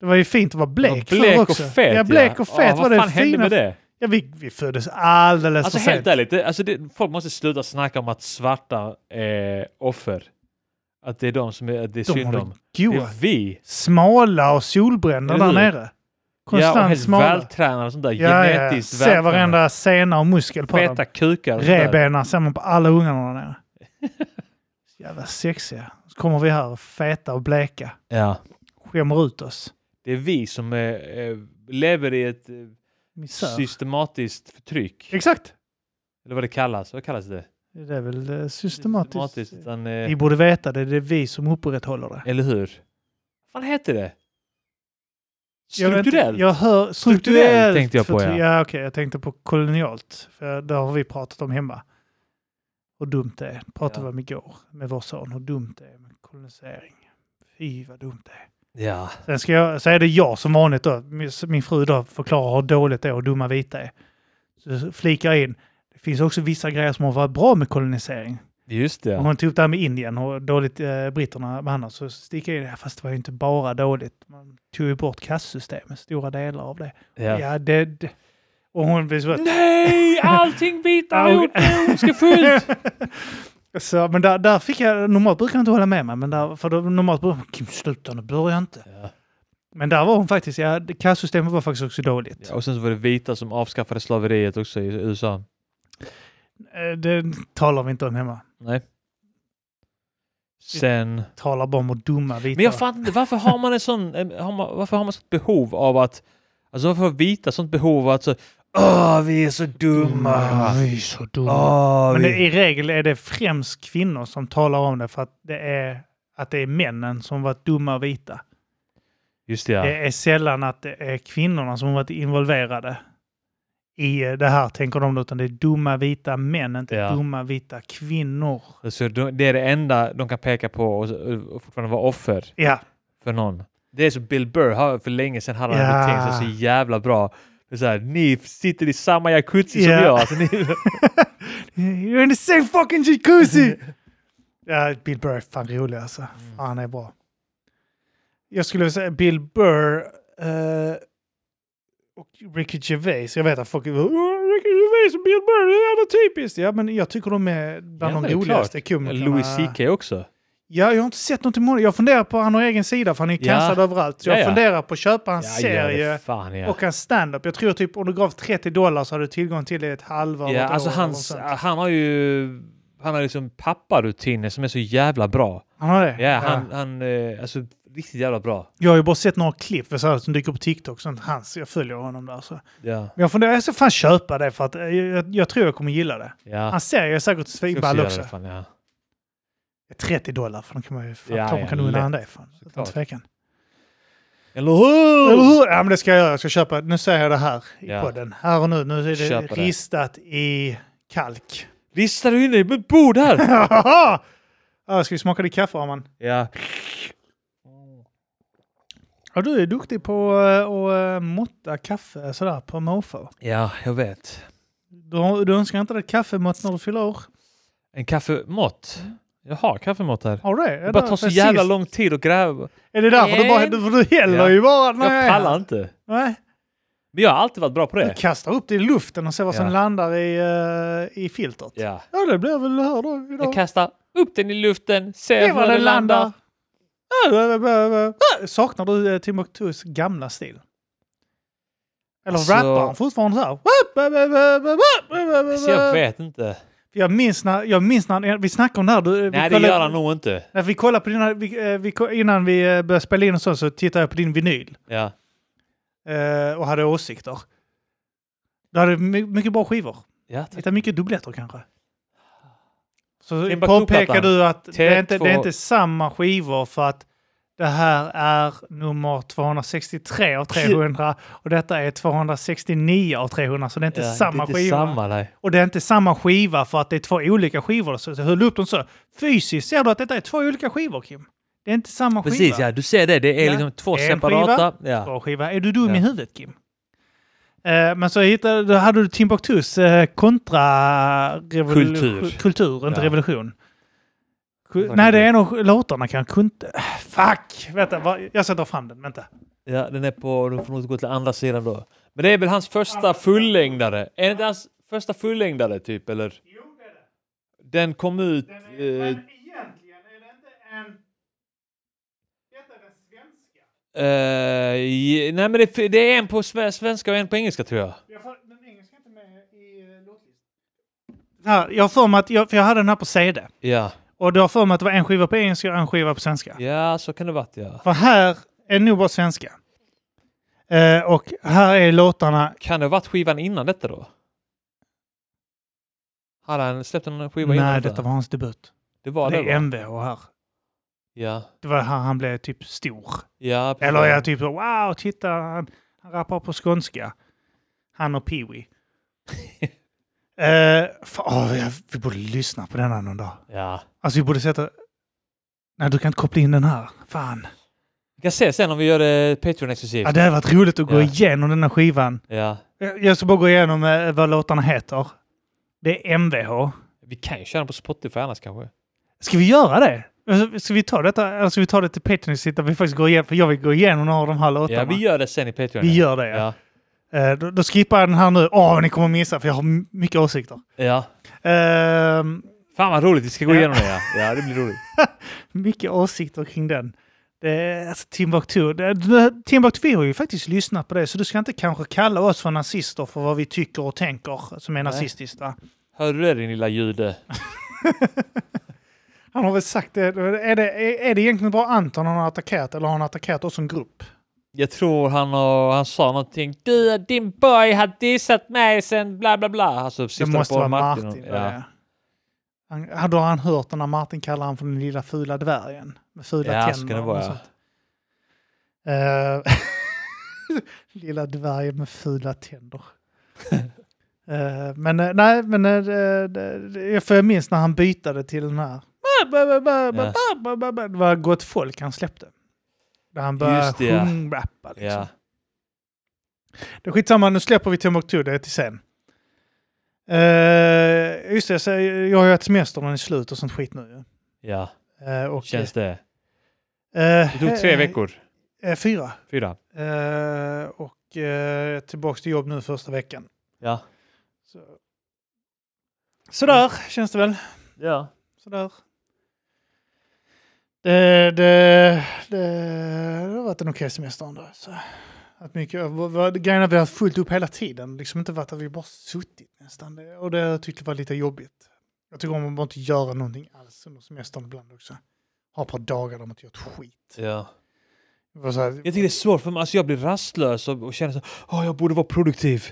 B: Det var ju fint att vara blek,
A: blek
B: förr
A: och
B: också.
A: fet.
B: ja, blek och fet
A: Ah,
B: var
A: vad
B: det
A: fan hände
B: fina.
A: med det?
B: Ja, vi, vi föddes alldeles
A: Alltså
B: för
A: helt
B: sent.
A: ärligt, det, alltså det, folk måste sluta snacka om att svarta är offer. Att det är de som är, att det är
B: De har
A: synd om.
B: det
A: Det
B: goa.
A: är vi.
B: Smala och solbrända
A: Eller
B: där
A: hur?
B: nere.
A: Ja, och
B: Konstant
A: helt
B: smala.
A: vältränade och sånt där.
B: Ja, ja, ja.
A: Genetiskt
B: Ser varenda sena och muskel på dem.
A: Feta kukar och sånt där.
B: Revbena ser man på alla ungarna där nere. Så Jävla sexiga. Så kommer vi här feta och bleka.
A: Ja.
B: Skämmer ut oss.
A: Det är vi som eh, eh, lever i ett eh,
B: Misär.
A: systematiskt förtryck.
B: Exakt!
A: Eller vad det kallas. Vad kallas det?
B: Det är väl eh, systematiskt.
A: utan,
B: Ni
A: eh,
B: borde veta det. Det är vi som upprätthåller det.
A: eller hur? Vad fan heter det?
B: Jag vet inte,
A: Strukturellt?
B: Jag hör, strukturellt,
A: tänkte jag på,
B: förtryck.
A: ja.
B: ja okej, jag tänkte på kolonialt. För det har vi pratat om hemma. Hur dumt det är. Pratade
A: Ja.
B: vi om igår med vår son. Hur dumt det är med kolonisering. Fy vad dumt det är.
A: Ja.
B: Sen ska jag, så är det jag som vanligt då. Min- Min fru då förklarar hur dåligt det är och dumma vita är. Så flikar jag in. Det finns också vissa grejer som har varit bra med kolonisering.
A: Just det.
B: Om hon tog upp det här med Indien och hur dåligt eh, britterna behandlar så sticker jag in det. Fast det var ju inte bara dåligt. Man tog ju bort kastsystemet, stora delar av det. Ja,
A: Ja.
B: det, det. Och hon blir så...
A: Nej! Allting bitar
B: Au.
A: ihop nu! Ska
B: <laughs>
A: fullt!
B: så men där, där fick jag... Normalt brukar jag inte hålla med mig, men där, för då, normalt brukar man... Kim, sluta nu, börja inte.
A: Ja.
B: Men där var hon faktiskt... Ja, det- kastsystemet var faktiskt också dåligt.
A: Ja, och sen så var det vita som avskaffade slaveriet också i USA.
B: Eh, Det talar vi inte om hemma.
A: Nej. Sen...
B: Talar bara om hur dumma vita
A: Men jag fattar inte, varför har man en sån, eh, har man, varför har man sånt behov av att, alltså varför har vita sånt behov av att så, åh vi är så dumma,
B: dumma. Vi är så dumma.
A: åh
B: Mm. men det,
A: vi...
B: i regel är det främst kvinnor som talar om det för att det är, att det är männen som varit dumma och vita.
A: Just det, ja.
B: Det är sällan att det är kvinnorna som varit involverade i eh, det här, tänker de, då, utan det är dumma vita män, inte
A: Ja.
B: dumma vita kvinnor.
A: Så de- det är det enda de kan peka på och, och fortfarande vara offer
B: Ja,
A: för någon. Det är så Bill Burr, har- för länge sedan hade han
B: Ja.
A: yeah. tänkt sig så jävla bra. Det är Så här, ni sitter i samma jacuzzi
B: Ja.
A: som jag. Alltså,
B: <laughs>
A: ni,
B: you're in the same fucking jacuzzi! <laughs> ja, Bill Burr är fan rolig alltså.
A: Mm.
B: Fan, han är bra. Jag skulle vilja säga Bill Burr eh, och Ricky Gervais. Jag vet att folk är "Åh, Ricky Gervais och Bill Burr, det är jävla typiskt. Ja, men jag tycker de är bland
A: Ja, men det
B: de
A: är
B: roligaste
A: klart.
B: komikerna.
A: Louis CK också.
B: Ja, jag har inte sett något imorgon. Jag funderar på, han har egen sida för han är
A: Ja.
B: cancellad överallt. Så jag
A: Ja, ja.
B: funderar på att köpa hans
A: Ja, ja,
B: serie
A: det fan ja.
B: och hans standup. Jag tror typ om du gav 30 dollar så hade du tillgång till det i ett halvår.
A: Ja,
B: ett år
A: alltså
B: eller något
A: hans,
B: sånt.
A: han har ju han har liksom papparutiner som är så jävla bra.
B: Han har det?
A: Ja, han, han eh, alltså riktigt jävla bra.
B: Jag har ju bara sett några klipp så här, som dyker upp på TikTok. Sånt. Hans, jag följer honom där. Så.
A: Ja,
B: Men jag funderar, jag ska fan köpa det för att eh, jag, jag tror jag kommer gilla det.
A: ja.
B: Hans serie är säkert
A: Ska
B: svinball
A: göra
B: också.
A: det, fan, ja.
B: 30 dollar, fan kan man ju... Fan,
A: Ja,
B: klart man
A: ja,
B: kan unna
A: lätt.
B: han det. Fan, utan
A: Såklart.
B: tvekan.
A: Eller hur?
B: Eller hur? Ja, men det ska jag göra. Jag ska köpa. Nu säger jag det här i
A: Ja.
B: podden. Här och nu. Nu är det
A: Köp det.
B: ristat i kalk. <laughs>
A: Listar du in dig på ett bord här?
B: ja, ska vi smaka ditt kaffe, Arman?
A: ja.
B: Ja, du är duktig på eh, att eh, måtta kaffe sådär på måfå.
A: ja, jag vet.
B: Du, du önskar inte dig ett kaffemått när du fyller år?
A: En kaffemått.
B: Mm.
A: Jag har kaffemått här.
B: Har du det?
A: Det bara tar så jävla lång tid att gräva.
B: Är det därför du
A: En-
B: bara... För du häller
A: Ja.
B: ju bara. när är
A: Jag
B: här.
A: pallar inte.
B: Nej.
A: Men jag har alltid varit bra på
B: Du
A: det.
B: kastar upp det i luften och ser vad som
A: Ja.
B: landar i, eh, i filtret. Ja.
A: Ja.
B: det blir väl här då idag.
A: Jag kastar upp den i luften,
B: Det
A: ser
B: var
A: var
B: den
A: den landar.
B: landar. Saknar du eh, Timbuktus gamla stil? Eller
A: Alltså-
B: rappar han fortfarande så här?
A: Så Alltså, jag vet inte.
B: Jag minns när, jag minns när vi snackade om det här. Du, vi
A: Nej, det
B: kollade-
A: gör han nog inte.
B: När vi kollade på dina, vi, eh, vi, ko- innan vi eh, började spela in och så, så tittade jag på din vinyl
A: Ja.
B: eh, och hade åsikter. Du hade my- mycket bra skivor.
A: Ja,
B: Hittade mycket dubbletter kanske. Så
A: Timbuktu-plattan.
B: påpekar du att det är, inte, det är
A: T2.
B: inte samma skivor för att det här är nummer 263 av 300 och detta är 269 av 300 så det är inte
A: Ja,
B: samma
A: det är inte
B: skiva.
A: samma, nej.
B: Och det är inte samma skiva för att det är två olika skivor. Så jag höll upp dem så. Fysiskt ser du att detta är två olika skivor Kim. Det är inte samma
A: Precis,
B: skiva.
A: ja. Du ser det. Det är
B: Ja.
A: liksom två
B: En skiva.
A: separata. Ja.
B: Bra skiva. Är du dum
A: Ja.
B: i huvudet Kim? Eh, men så hittade, då hade du Timbuktus eh, kontra revolution,
A: Kultur.
B: kultur, inte
A: Ja.
B: revolution. Ku-
A: Kontra
B: Nej, det är en av låtarna kan kunde. Fuck! Vänta, vad- jag sätter fram den.
A: Eh.
B: Vänta.
A: ja, den är på... Du får nog gå till andra sidan då. Men det är väl hans första fullängdare? Är det inte hans första fullängdare, typ? Eller? Den kom ut... eh,
B: egentligen är det inte en... Detta är den svenska.
A: Eh, i- nej men det, det är en på sve- svenska och en på engelska tror jag.
B: Jag får, men engelska är inte med i eh, låtlistan. Jag har för mig att jag, för jag hade den här på CD.
A: Ja,
B: Och då har jag för mig att det var en skiva på engelska och en skiva på svenska.
A: ja så kan det varit ja.
B: För här är det nog bara svenska. Eh, och här är låtarna...
A: Kan det ha varit skivan innan detta då? Hade han släppt en skiva innan
B: Nej, detta var hans debut.
A: Det var
B: det
A: det,
B: är
A: va?
B: MVH här.
A: Ja.
B: Det var här han blev typ stor.
A: ja precis.
B: Eller jag typ så, wow, titta, han, han rappar på skånska. Han och
A: <laughs>
B: Pee-Wee. Eh, fan, åh, jag- vi borde lyssna på denna någon dag.
A: Ja.
B: Alltså vi borde sätta... Nej, du kan inte koppla in den här. Fan.
A: Vi kan se sen om vi gör det Patreon-exklusivt.
B: Ja, det hade varit roligt att gå
A: Ja.
B: igenom den här skivan.
A: Ja.
B: Jag jag ska bara gå igenom eh, vad låtarna heter. Det är MVH.
A: Vi kan ju köra den på Spotify annars kanske.
B: Ska vi göra det? Alltså, Ska vi ta detta, eller ska vi ta det till Patreon-sitt där vi faktiskt går igenom, för jag vill gå igenom några av de här låtarna.
A: Ja, vi gör det sen i Patreon.
B: Vi gör det, ja.
A: Ja.
B: Eh, då, då skippar jag den här nu. Åh, ni kommer missa för jag har m- mycket åsikter.
A: ja.
B: Ehm,
A: Fan vad roligt, vi ska gå
B: <laughs> Ja.
A: igenom det ja. Ja, det blir roligt.
B: mycket åsikter kring den. Det är, alltså, Timbuktu, det- det- Timbuktu, vi har ju faktiskt lyssnat på det, så du ska inte kanske kalla oss för nazister för vad vi tycker och tänker som är nazistiskt. Va?
A: Hörde du det din lilla jude?
B: Han har väl sagt det. Är det, är, är det egentligen bara Anton han har attackerat eller har han attackerat oss som grupp?
A: Jag tror han, har, han sa någonting. Du, din boy har dissat mig sen bla bla bla. Alltså,
B: Det
A: syftade
B: måste
A: på
B: vara
A: Martin.
B: Martin.
A: och-
B: var det. Han, hade- då har han hört när Martin kallar han för den lilla fula dvärgen. Med fula
A: Ja, så kan
B: tänder
A: det
B: och
A: vara. ja.
B: sånt. Eh, <laughs> Lilla dvärgen med
A: <laughs>
B: fula tänder. Eh, men eh, nej, men eh, det- det- det- jag- för jag minns när han bytade till den här. Det var Gott Folk han släppte. Där han började
A: Just det, ja.
B: sjungrappa. Liksom.
A: Ja.
B: Det är skitsamma, nu släpper vi Timbuktu, det är till sen. Eh, just det, så jag jag har ju haft semester, den är slut och sånt skit nu. ju.
A: ja,
B: Eh, och,
A: känns det.
B: eh,
A: Det tog tre
B: eh,
A: veckor.
B: eh, fyra.
A: Fyra.
B: Eh, och eh, tillbaks till jobb nu första veckan.
A: Ja.
B: Så. Sådär känns det väl.
A: Ja.
B: Sådär. Det, det, det, det har varit en okej semester ändå. Så. Att mycket, vad- vad- grejen är att vi har haft fullt upp hela tiden. Liksom inte varit att vi bara suttit nästan. Det- Och det har jag tyckt var lite jobbigt. Jag tycker om att bara inte göra någonting alls under semestern ibland också. Ha ett par dagar där man inte gör ett skit.
A: ja.
B: Det var så här,
A: Jag tycker det är svårt för mig. Alltså, jag blir rastlös och, och känner så åh jag borde vara produktiv.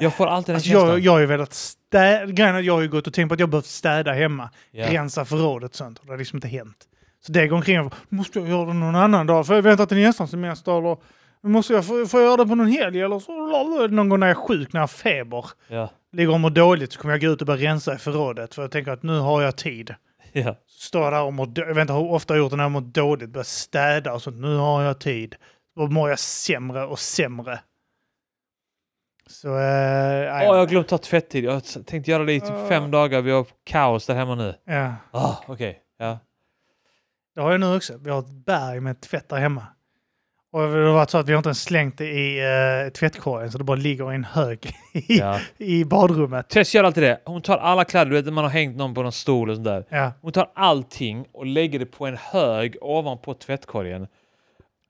A: Jag får alltid den
B: Alltså
A: känslan.
B: jag, jag har ju velat städa, grejen är att jag har ju gått och tänkt på att jag behövt städa hemma,
A: Ja.
B: rensa förrådet och sånt. Och det har liksom inte hänt. Så det går omkring och bara, måste jag göra det någon annan dag? För jag väntar till nästa semester eller måste jag, får, får jag göra det på någon helg eller så? Någon gång när jag är sjuk, när jag har feber,
A: Ja.
B: ligger och mår dåligt så kommer jag gå ut och börja rensa i förrådet. För jag tänker att nu har jag tid.
A: Ja.
B: Står där och mår dåligt, jag vet inte hur ofta jag har gjort det när jag mår dåligt, börjar städa och sånt. Nu har jag tid. Då mår jag sämre och sämre. Så, eh, nej.
A: Åh, jag har glömt ta tvättid. Jag tänkte göra det i typ fem dagar. Vi har kaos där hemma nu.
B: ja.
A: Ah, okej. Ja.
B: Det har jag nu också. Vi har ett berg med tvätt där hemma. Och det har varit så att vi har inte ens slängt det i eh, tvättkorgen så det bara ligger i en hög i,
A: ja.
B: <laughs> i badrummet.
A: Tess gör alltid det. Hon tar alla kläder. Du vet, man har hängt någon på någon stol och sånt där.
B: Ja.
A: Hon tar allting och lägger det på en hög ovanpå tvättkorgen.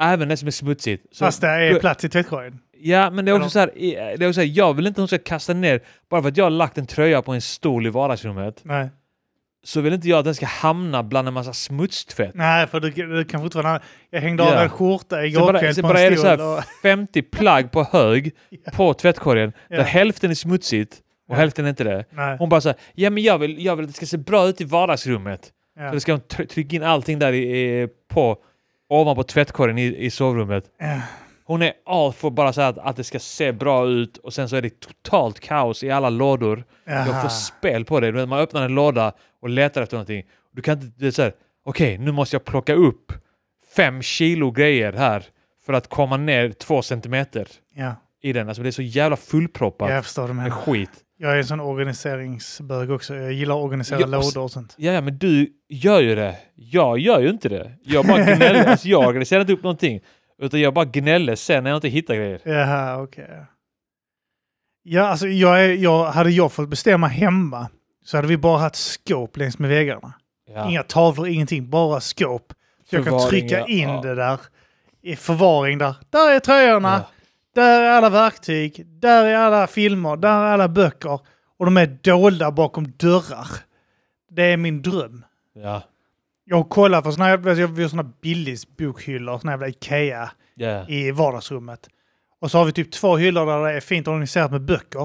A: Även det som är smutsigt. Så-
B: Fast det är plats i tvättkorgen.
A: Ja, men det är också
B: Eller-
A: så här, i- det är också så här, jag vill inte att hon ska kasta ner, bara för att jag har lagt en tröja på en stol i vardagsrummet,
B: Nej,
A: så vill inte jag att den ska hamna bland en massa smutstvätt.
B: Nej för du, du kan fortfarande... ha- Jag hängde
A: Ja.
B: av en skjorta
A: Så
B: igår
A: bara,
B: kväll
A: så
B: på
A: bara är
B: en
A: det så
B: stol. Och,
A: här 50 plagg på
B: <laughs>
A: hög på tvättkorgen, där
B: Ja.
A: hälften är smutsigt och
B: Ja.
A: hälften är inte det.
B: nej.
A: Hon bara så här, ja men jag vill, jag vill att det ska se bra ut i vardagsrummet.
B: Ja.
A: Så då ska hon try- trycka in allting där i, i, på, ovanpå tvättkorgen i, i sovrummet.
B: Ja.
A: Hon är all för bara så här att, att det ska se bra ut och sen så är det totalt kaos i alla lådor. Jag
B: Aha.
A: får spel på det. Du vet, Man öppnar en låda och letar efter någonting. Du kan inte... Det är så här, okej, nu måste jag plocka upp fem kilo grejer här för att komma ner två centimeter
B: Ja.
A: i den. Alltså det är så jävla fullproppat
B: Jag förstår de
A: med
B: här.
A: skit.
B: Jag är en sån organiseringsbög också. Jag gillar att organisera
A: Ja, och s-
B: lådor och sånt.
A: Ja, ja, men du gör ju det. Jag gör ju inte det. Jag bara
B: <laughs>
A: gnäller. alltså, jag organiserar inte upp någonting. Utan jag bara gnäller sen när jag inte hittar grejer.
B: Jaha, okej. Ja, alltså jag, är, jag hade jag fått bestämma hemma så hade vi bara haft skåp längs med väggarna.
A: Ja.
B: Inga tavlor, ingenting, bara skåp. Så jag kan
A: Förvaring,
B: trycka
A: ja.
B: in
A: Ja.
B: det där i förvaring där. Där är tröjorna,
A: Ja.
B: där är alla verktyg, där är alla filmer, där är alla böcker. Och de är dolda bakom dörrar. Det är min dröm.
A: Ja.
B: Jag har kollat på såna, jag har såna Billys bokhyllor, såna jävla Ikea
A: Yeah.
B: i vardagsrummet. Och så har vi typ två hyllor där det är fint organiserat med böcker.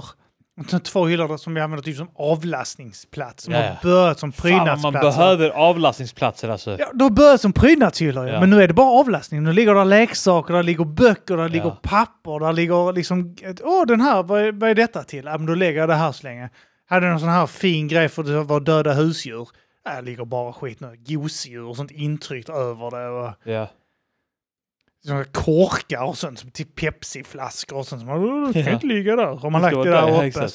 B: Och sen två hyllor där som vi använder typ som avlastningsplats. Som
A: Ja, ja.
B: har börjat som
A: Fan, man
B: prydnadsplats.
A: behöver avlastningsplatser alltså.
B: Ja, då började som prydnadshyllor ja.
A: Ja.
B: men nu är det bara avlastning. Nu ligger där leksaker, där ligger böcker, där ligger
A: Ja.
B: papper, där ligger liksom... Åh, den här, vad är, vad är detta till? Ja, men då lägger jag det här så länge. Hade jag någon sån här fin grej för det var döda husdjur. Ja, det ligger bara skit nu. Gosedjur och sånt intryckt över det. Och
A: Ja.
B: såna korkar och sånt, som till Pepsi-flaskor och sånt. Som, "Åh, det kan
A: Ja.
B: inte ligga där. Har man
A: Det
B: lagt
A: ska
B: det
A: vara
B: där
A: där, ja,
B: uppe.
A: exakt.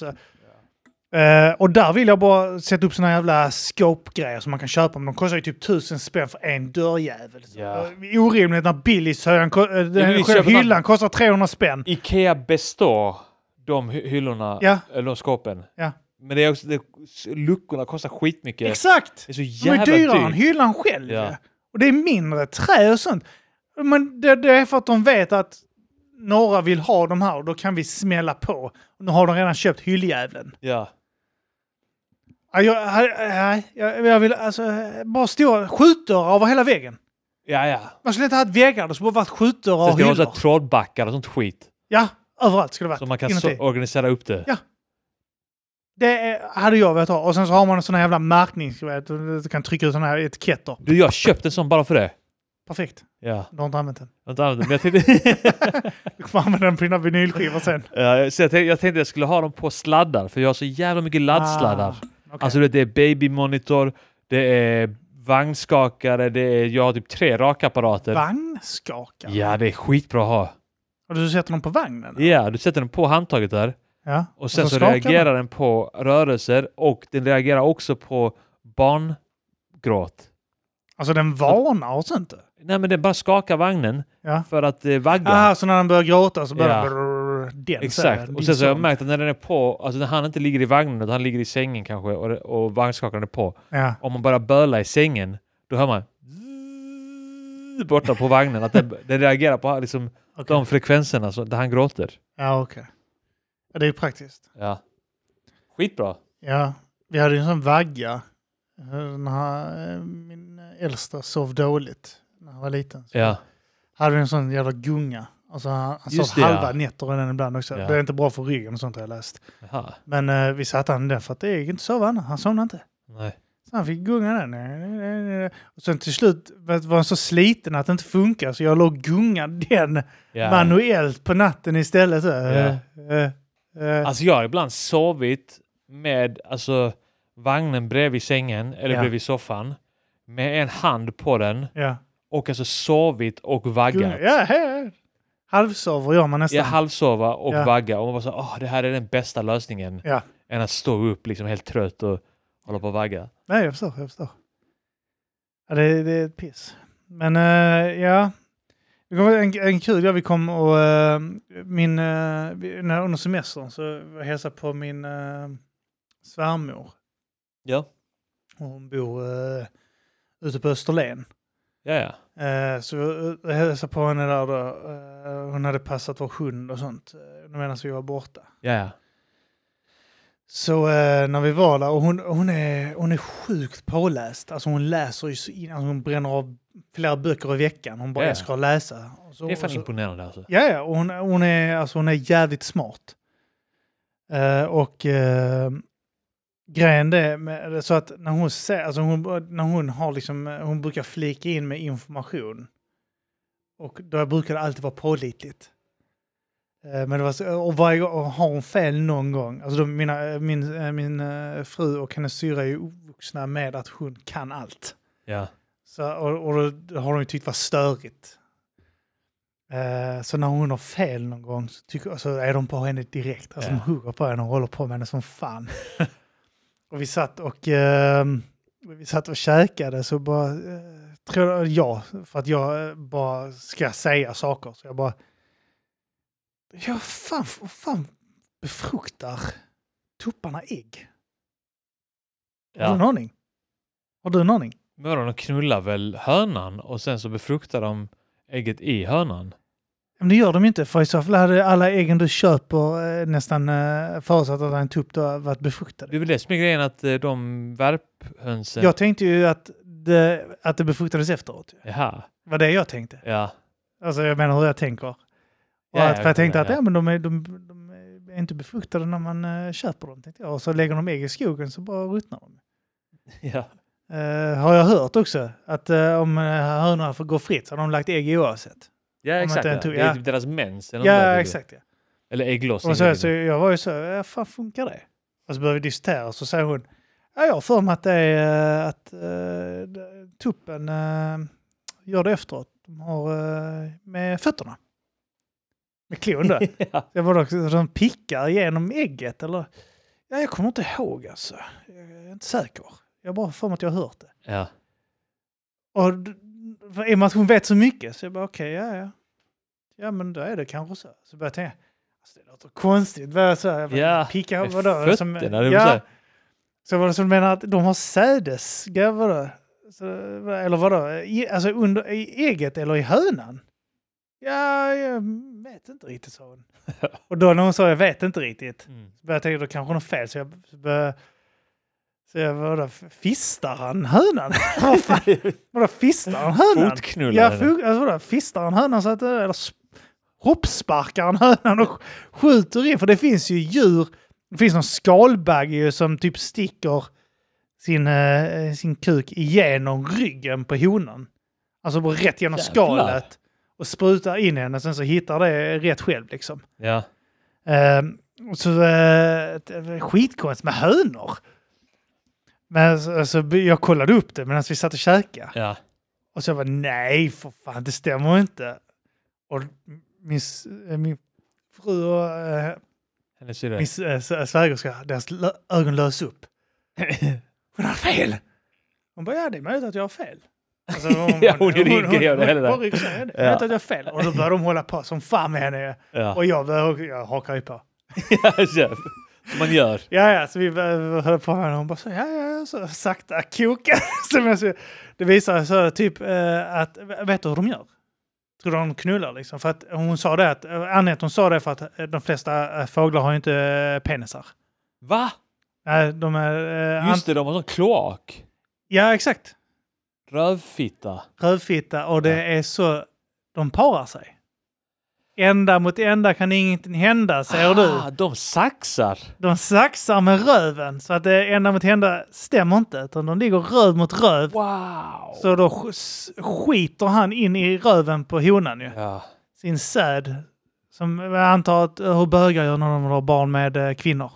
B: Så. Eh, och där vill jag bara sätta upp såna jävla scope-grejer som man kan köpa. Men de kostar ju typ tusen spänn för en dörrjävel.
A: Ja.
B: Eh, Orimligt när Billys höjan, ko- eh, den
A: vill ju
B: själva
A: köpa ett
B: hyllan kostar 300 spänn.
A: Ikea består de hy- hyllorna,
B: Ja.
A: eller de skåpen.
B: Ja.
A: Men det är också, det, luckorna kostar skitmycket.
B: Exakt!
A: Det är så
B: De är
A: jävla
B: dyrare än
A: dyrt.
B: hyllan själv.
A: Ja.
B: ju. Och det är mindre trä och sånt. Men det, det är för att de vet att några vill ha de här och då kan vi smälla på. Nu har de redan köpt hylljävlen.
A: Ja.
B: Ja, Jag, jag, jag, jag vill alltså eh, bara stå skjutdörrar över hela väggen.
A: Ja, ja.
B: Man skulle inte ha haft väggar, det skulle bara varit skjutdörrar
A: Det
B: och
A: ska vara så här
B: hyllor.
A: trådbackar och sånt skit.
B: Ja, överallt skulle det
A: Så
B: varit.
A: man kan
B: inuti.
A: så organisera upp det.
B: Ja. Det är- hade jag velat ha. Och sen så har man en sån här jävla märkning, du vet, du kan trycka ut såna här etiketter.
A: Du, jag köpte en sån bara för det.
B: Perfekt.
A: Ja.
B: Du har inte använt den.
A: Jag har inte använt den, men jag
B: <laughs>
A: tänkte...
B: Du kommer använda den på dina vinylskivor sen.
A: Ja, Eh, så jag, tänkte, jag tänkte jag skulle ha dem på sladdar, för jag har så jävla mycket laddsladdar.
B: Ah, okej.
A: Alltså du vet, det är babymonitor, det är vagnskakare, det är, jag har typ tre rakapparater.
B: Vagnskakare?
A: Ja, det är skitbra att ha.
B: Och du sätter dem på vagnen?
A: Ja, du sätter den på handtaget där
B: Ja.
A: och sen
B: Och så
A: så,
B: skakar den.
A: reagerar den på rörelser och den reagerar också på barngråt.
B: Alltså den varnar oss inte.
A: Nej, men den bara skakar vagnen
B: Ja.
A: för att eh, vagga.
B: Ah, så när den börjar gråta så
A: Ja.
B: börjar den... den liksom.
A: Exakt. Och sen så har jag märkt att när den är på, alltså när han inte ligger i vagnen utan han ligger i sängen kanske och, och vagnskakaren är på.
B: Ja.
A: om man börjar böla i sängen, då hör man <laughs> zzzz borta på vagnen att den, den reagerar på liksom,
B: Okej.
A: de frekvenserna så, där han gråter.
B: Ja, okej. Ja, det är ju praktiskt.
A: Ja. Skitbra.
B: Ja, vi hade ju en sån vagga. eh, När han- eh, min äldsta sov dåligt när han var liten. Så
A: Ja.
B: Hade vi en sån jävla gunga. Alltså han, han sov
A: Just det,
B: halva
A: ja.
B: nätter i den ibland också.
A: Ja.
B: Det är inte bra för ryggen och sånt har jag läst.
A: Jaha.
B: Men eh, vi satte han i den för att det gick inte att sova annars. Han somnade inte.
A: Nej.
B: Så han fick gunga den. Och sen till slut var han så sliten att det inte funkar så jag låg och gungade den
A: Ja.
B: manuellt på natten istället.
A: Ja.
B: Eh, eh,
A: Alltså jag har ibland sovit med alltså, vagnen bredvid sängen eller
B: Ja.
A: bredvid soffan med en hand på den
B: ja.
A: och alltså sovit och vaggat.
B: Gunga. Ja, hej. Halvsover gör man nästan.
A: Jag halvsova och
B: Ja.
A: vagga och man bara så åh det här är den bästa lösningen.
B: Ja.
A: Än att stå upp liksom helt trött och hålla på och vagga.
B: Nej, jag förstår. Jag förstår. Ja, det, det är ett piss. Men eh, ja, det var en, en kul grej. Vi kom och eh, min, eh, vi- när, under semestern så var jag hälsade på min eh, svärmor.
A: Ja.
B: Hon bor uh, ute på Österlen.
A: Ja, ja.
B: Eh, så jag hälsade på henne där då. Eh, hon hade passat vår hund och sånt eh, medan vi var borta.
A: Ja, ja.
B: Så eh, när vi var där, och hon, hon, är, hon är sjukt påläst. Alltså hon läser ju så in, alltså hon bränner av flera böcker i veckan. Hon bara
A: Ja.
B: älskar att läsa. Och så,
A: Det är fan
B: och så-
A: imponerande alltså.
B: Ja, ja. Och hon, hon, är, alltså hon är jävligt smart. Eh, och eh, grejen det med, så att när hon ser, alltså hon, när hon har liksom, eh, hon brukar flika in med information. Och då brukar det alltid vara pålitligt. Eh, Men det var så, och varje gång, och har hon fel någon gång, alltså då, mina, min, eh, min eh, fru och hennes syra är ju uppvuxna med att hon kan allt.
A: Ja.
B: Så, och, och då har de ju tyckt var störigt. Eh, så när hon har fel någon gång så, tycker, så är de på henne direkt. Alltså
A: Ja.
B: de hugger på henne och håller på med henne
A: <laughs>
B: som fan. och vi satt och, eh, vi satt och käkade så bara, eh, tror jag, ja, för att jag eh, bara ska säga saker. Så jag bara, ja fan, vad fan befruktar tupparna ägg? Har du
A: ja.
B: en aning? Har du en aning?
A: Men vadå, de knullar väl hönan och sen så befruktar de ägget i hönan?
B: Men det gör de inte, för i så fall hade alla äggen du köper eh, nästan eh, förutsatt att en tupp då varit
A: Det
B: befruktade.
A: är väl det som är grejen att eh, de värphönsen...
B: Jag tänkte ju att det, att det befruktades efteråt.
A: Jaha,
B: Det var det jag tänkte.
A: ja. <laughs>
B: Alltså jag menar hur jag tänker. Och
A: Ja,
B: att, för jag tänkte att
A: ja.
B: ja, men de, är, de, de är inte befruktade när man eh, köper dem. Tänkte jag. Och så lägger de ägg i skogen så bara ruttnar de.
A: ja.
B: Eh, har jag hört också att eh, om eh, hönorna får gå fritt så har de lagt ägg i oavsett.
A: Ja, exakt.
B: inte
A: Ja.
B: en tog-
A: Det är
B: ja.
A: typ deras mens. Eller något där,
B: Ja,
A: typ.
B: exakt. Ja.
A: Eller ägglossning. liksom.
B: Och så, så jag var ju så, ja, fan funkar det? Och så började vi diskutera och så säger hon, ja jag har för mig att det är eh, att eh, tuppen eh, gör det efteråt. De har eh, med fötterna. Med klon <laughs> då.
A: <laughs> ja.
B: Jag var också, de pickar igenom ägget eller? Ja, jag kommer inte ihåg alltså. Jag är inte säker. Jag har bara för mig att jag har hört det.
A: ja.
B: Och d- för- i och med att hon vet så mycket så jag bara okej, ja ja. Ja men då är det kanske så. Så började jag tänka, alltså, det låter konstigt. Vad jag sa, jag bara,
A: Ja,
B: picka,
A: Med
B: vadå? Som-
A: fötterna. det är väl så
B: ja,
A: här-
B: så var det som menar att de har sädesgrejer vadå? Så, eller vadå? I, alltså under, i ägget eller i hönan? Ja, jag vet inte riktigt sa hon. Och då när hon sa jag vet inte riktigt
A: Mm.
B: började jag tänka då kanske hon har fel så jag så började... Så jag vadå, fistar han hönan? <laughs> Vad fan? Vadå, fistar han hönan?
A: Fotknullar
B: Ja,
A: henne.
B: fo- alltså vadå, fistar han hönan så att... eh, Eller sp- hoppsparkar han hönan och sk- skjuter in? För det finns ju djur... Det finns någon skalbagge ju som typ sticker sin, eh, sin kuk igenom ryggen på honan. Alltså bara rätt genom
A: Jävlar.
B: skalet. Och sprutar in henne, sen så hittar det rätt själv liksom.
A: Ja.
B: Ehm, och så eh, det var skitkonstigt med hönor. Men så- alltså, jag kollade upp det medan vi satt och käkade.
A: Ja.
B: Och så jag bara nej, för fan det stämmer inte. Och min, s- eh, min fru och eh,
A: Hennes syrra.
B: min s- eh, s- svägerska, deras lö- ögon
A: <laughs>
B: lös upp. Hon har fel! Hon bara ja, det är möjligt att jag har fel. Alltså,
A: <laughs> Ja, hon gjorde ingen grej av det heller.
B: Hon bara ryckte ner det. Jag
A: Ja.
B: vet att jag har fel. Och då började de hålla på som fan med henne.
A: Ja.
B: Och jag, började- jag hakar ju på.
A: <laughs> ja. Som man gör.
B: Ja, ja, så vi eh, höll på här och hon bara så, ja, ja, ja, så sakta koka. <laughs> Så men så- det visar sig typ eh, att, vet du hur de gör? Tror du de knullar liksom? För att hon sa det att, eh, anledningen till att hon sa det är för att eh, de flesta eh, fåglar har ju inte eh, penisar.
A: Va?
B: Nej, de är... eh,
A: Just
B: ant-
A: det, de har sån kloak.
B: Ja, exakt.
A: Rövfitta.
B: Rövfitta och det
A: Ja.
B: är så de parar sig. Ända mot ända kan ingenting hända, säger du.
A: Ah, de saxar.
B: De saxar med röven så att det ända mot ända stämmer inte. Utan de ligger röv mot röv.
A: Wow!
B: Så då sk- s- skiter han in i röven på honan ju.
A: Ja.
B: Sin säd. Som jag antar att eh, hur bögar gör när de har barn med eh, kvinnor.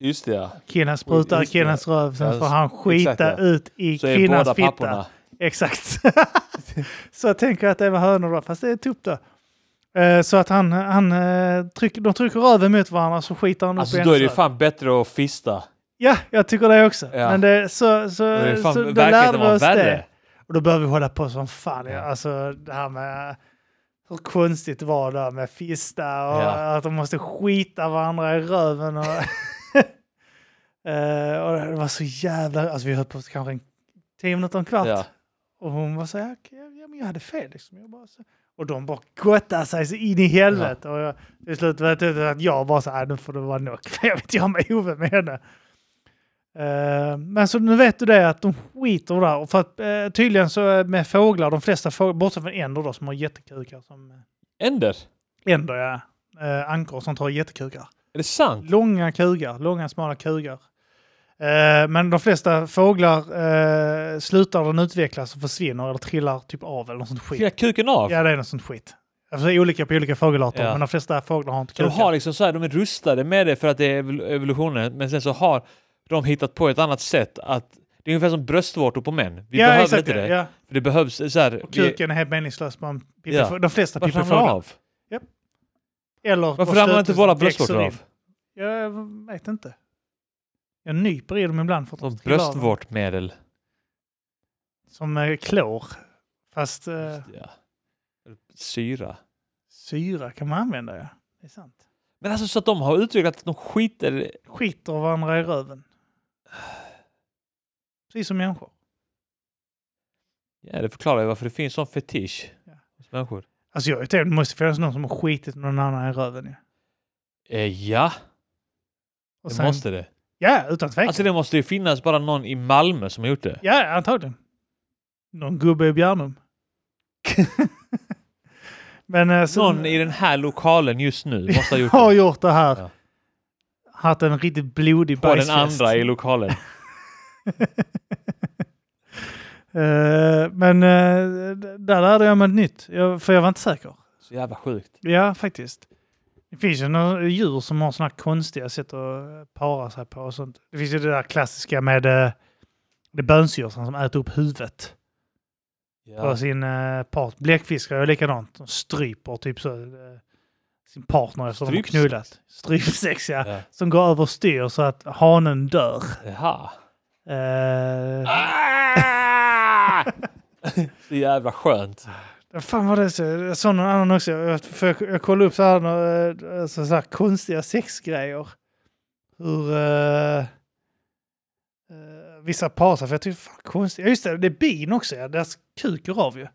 A: Just det ja.
B: Killen sprutar i
A: Just det.
B: killens röv, sen
A: Ja,
B: får han skita
A: exakt, ja.
B: ut i
A: Så är båda
B: kvinnans fitta.
A: papporna.
B: Exakt. <laughs> så jag tänker att det var hönor då, fast det är tupp då. Eh, Så att han, han eh, trycker, de trycker röven mot varandra så skiter han
A: Alltså
B: upp i
A: då är
B: hennes
A: det ju
B: röv.
A: fan bättre att
B: Eh,
A: fista.
B: Ja, jag tycker det också.
A: Ja.
B: Men det, så, så,
A: Det är fan
B: så då lärde
A: verkligheten
B: vi
A: var
B: oss
A: värre.
B: det. Och då började vi hålla på som fan. Ja.
A: Ja.
B: Alltså det här med hur konstigt det var där med fista och
A: Ja.
B: att de måste skita varandra i röven. Och,
A: <laughs>
B: Eh, och det var så jävla... Alltså vi höll på kanske en tio minuter, en kvart.
A: Ja.
B: Och hon var så här, "Okej, ja, men jag hade fel liksom. Jag bara så. Och de bara gottade sig så in i helvete. Och jag, till slut vet jag att jag bara så här, nu får det vara nog. <laughs> För jag vet, jag har mig huvud med henne. Eh, men så nu vet du det att de skiter där. Och för att, eh, tydligen så eh, med fåglar, de flesta fåglar, bortsett från änder då som har jättekukar. Som, eh,
A: Änder?
B: änder ja, eh, ankor och sånt har jättekukar.
A: Är det sant?
B: Långa kugar, långa smala kugar. Eh, men de flesta fåglar eh, slutar den utvecklas och försvinner eller trillar typ av eller något sånt skit.
A: Skilja kuken av?
B: Ja, det är något sånt skit. Alltså det är olika på olika fågelarter,
A: Ja.
B: men de flesta fåglar har inte
A: Så
B: kukar.
A: de har liksom så här, de är rustade med det för att det är evol- evolutionen, men sen så har de hittat på ett annat sätt att det är ungefär som bröstvårtor på män. Vi behöver inte det.
B: Ja.
A: För det behövs så här. vi-
B: Kuken Typ är helt meningslös. Man,
A: Ja.
B: De flesta
A: Varför ramlar det
B: pippifåglar.
A: av?
B: Eller
A: Varför
B: bara
A: ramlar inte
B: stöter-
A: våra
B: växer
A: bröstvårtor
B: in.
A: av?
B: Jag vet inte. Jag nyper i dem ibland för att
A: Som
B: de trillar av dem.
A: bröstvårtmedel.
B: Som eh, klor. Fast eh,
A: Just det, Ja. Syra.
B: syra kan man använda, ja. Det är sant.
A: Men alltså så att de har utvecklat att de skiter...
B: skiter varandra i röven. Precis som människor.
A: Ja, det förklarar ju varför det finns sån fetisch.
B: Ja.
A: Hos stackars människor.
B: Alltså jag tänkte, det måste finnas någon som har skitit någon annan i röven. Ja.
A: Eh, ja,
B: Och
A: det
B: sen-
A: måste det.
B: Ja, utan tvekan.
A: Alltså det måste ju finnas bara någon i Malmö som har gjort det.
B: Ja, antagligen. Någon gubbe i Bjärnum. <laughs> Men eh, så,
A: Någon i den här lokalen just
B: <laughs>
A: nu måste ha gjort
B: har
A: det.
B: gjort det här.
A: Ja.
B: Haft en riktigt blodig
A: På den
B: bajsfest.
A: andra i
B: <laughs>
A: lokalen.
B: Eh, men eh, d- där lärde jag mig ett nytt, jag, för jag var inte säker.
A: Så jävla sjukt.
B: Ja, faktiskt. Det finns ju några djur som har sådana konstiga sätt att eh, para sig på och sånt. Det finns ju det där klassiska med eh, det är bönsdjursen som äter upp huvudet på
A: Ja.
B: sin eh, partner. Bläckfiskar är likadant. De stryper typ så eh, sin partner efter de har
A: Strypsex.
B: knullat. Strypsex, ja.
A: Ja.
B: Som går överstyr så att hanen dör.
A: Jaha.
B: Eh,
A: Ah! <laughs> Så jävla skönt.
B: Vad fan var det? Så, jag såg någon annan också. Jag, för jag, jag kollade upp så här, några, eh, så, så här konstiga sexgrejer. Hur eh, eh, vissa parar sig. För jag tyckte fan konstigt. Ja just det, det är bin också. Ja. Deras kuk går av ju.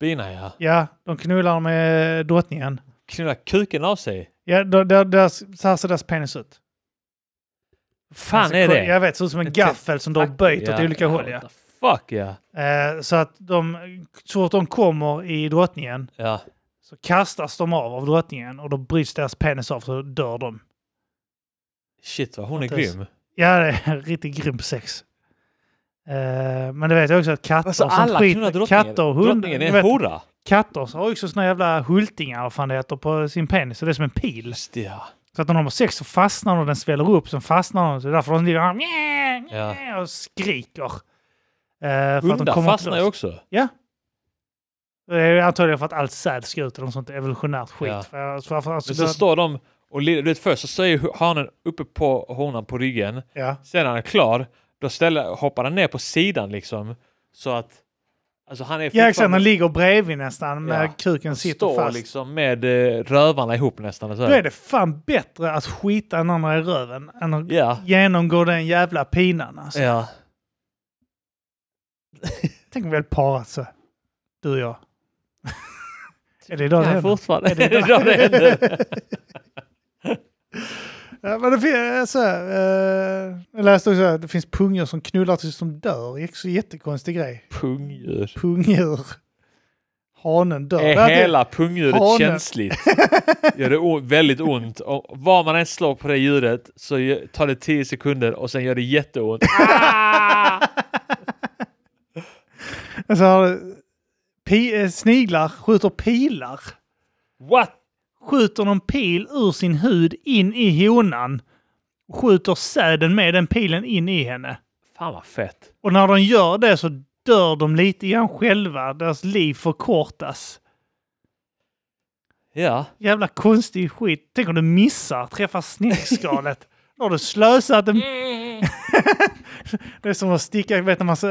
A: Bina ja.
B: Ja, de knullar med drottningen.
A: Knulla kuken av sig.
B: Ja, de, de, deras, så här ser deras penis ut.
A: fan
B: Alltså,
A: är det?
B: Jag vet, ser ut som en
A: Ett
B: gaffel som de har böjt åt
A: Ja,
B: olika håll. Ja.
A: what the Fuck ja.
B: Eh, så att de, så fort de kommer i drottningen
A: ja.
B: så kastas de av av drottningen och då bryts deras penis av så dör de.
A: Shit vad hon är
B: Inte ens.
A: grym.
B: Ja, det är <laughs> riktigt grymt sex. Eh, men det vet jag också att katter
A: Alltså
B: och sånt
A: alla
B: skit,
A: knullar drottningen.
B: katter och hundar,
A: drottningen
B: du
A: är en
B: vet,
A: hora.
B: katter så har ju också såna jävla hultingar vad fan det heter, på sin penis, så det är som en pil.
A: Just det, ja.
B: Så att när de har sex så fastnar den och den sväller upp, så fastnar den, så det är därför de ligger här mjä, mjä, och skriker. Eh, för att de
A: Hundar
B: kommer inte
A: fastnar ju
B: loss.
A: också.
B: Det är ju antagligen för att allt säd ska ut eller något sånt evolutionärt skit.
A: Ja.
B: För, för, för, alltså,
A: Men så
B: då-
A: står de och li- du vet först så säger hanen uppe på honan på ryggen.
B: ja.
A: Sen när han är klar, då ställer, hoppar han ner på sidan liksom. Så att... Alltså han är
B: Ja exakt, den ligger bredvid nästan med
A: Ja.
B: kuken sitter
A: står
B: fast.
A: liksom med eh, rövarna ihop nästan. Så
B: Då är
A: här.
B: det fan bättre att skita en annan i röven än att
A: Ja.
B: genomgå den jävla pinan alltså.
A: Ja.
B: Tänk om vi hade parat så. Du och jag. <laughs> är det idag det händer?
A: fortfarande. Är det <laughs> då det händer?
B: Ja, men det finns, så här, eh, jag läste också att det finns pungdjur som knullar tills de dör. Det är också en jättekonstig grej.
A: Pungdjur.
B: Pungdjur. Hanen dör.
A: Är
B: Det hade-
A: hela pungdjuret
B: Hanen. <laughs>
A: känsligt? Gör det o- väldigt ont. Och var man än slår på det djuret så gö- tar det 10 sekunder och sen gör det jätteont. Ah!
B: Alltså, har du- pi, eh, sniglar skjuter pilar.
A: What?
B: Skjuter någon pil ur sin hud in i honan. Skjuter säden med den pilen in i henne.
A: Fan vad fett.
B: Och när de gör det så dör de lite grann själva. Deras liv förkortas.
A: Ja.
B: Jävla konstig skit. Tänk om du missar, träffar snäckskalet. Då har du slösat en... det är som att sticka, vet du, massa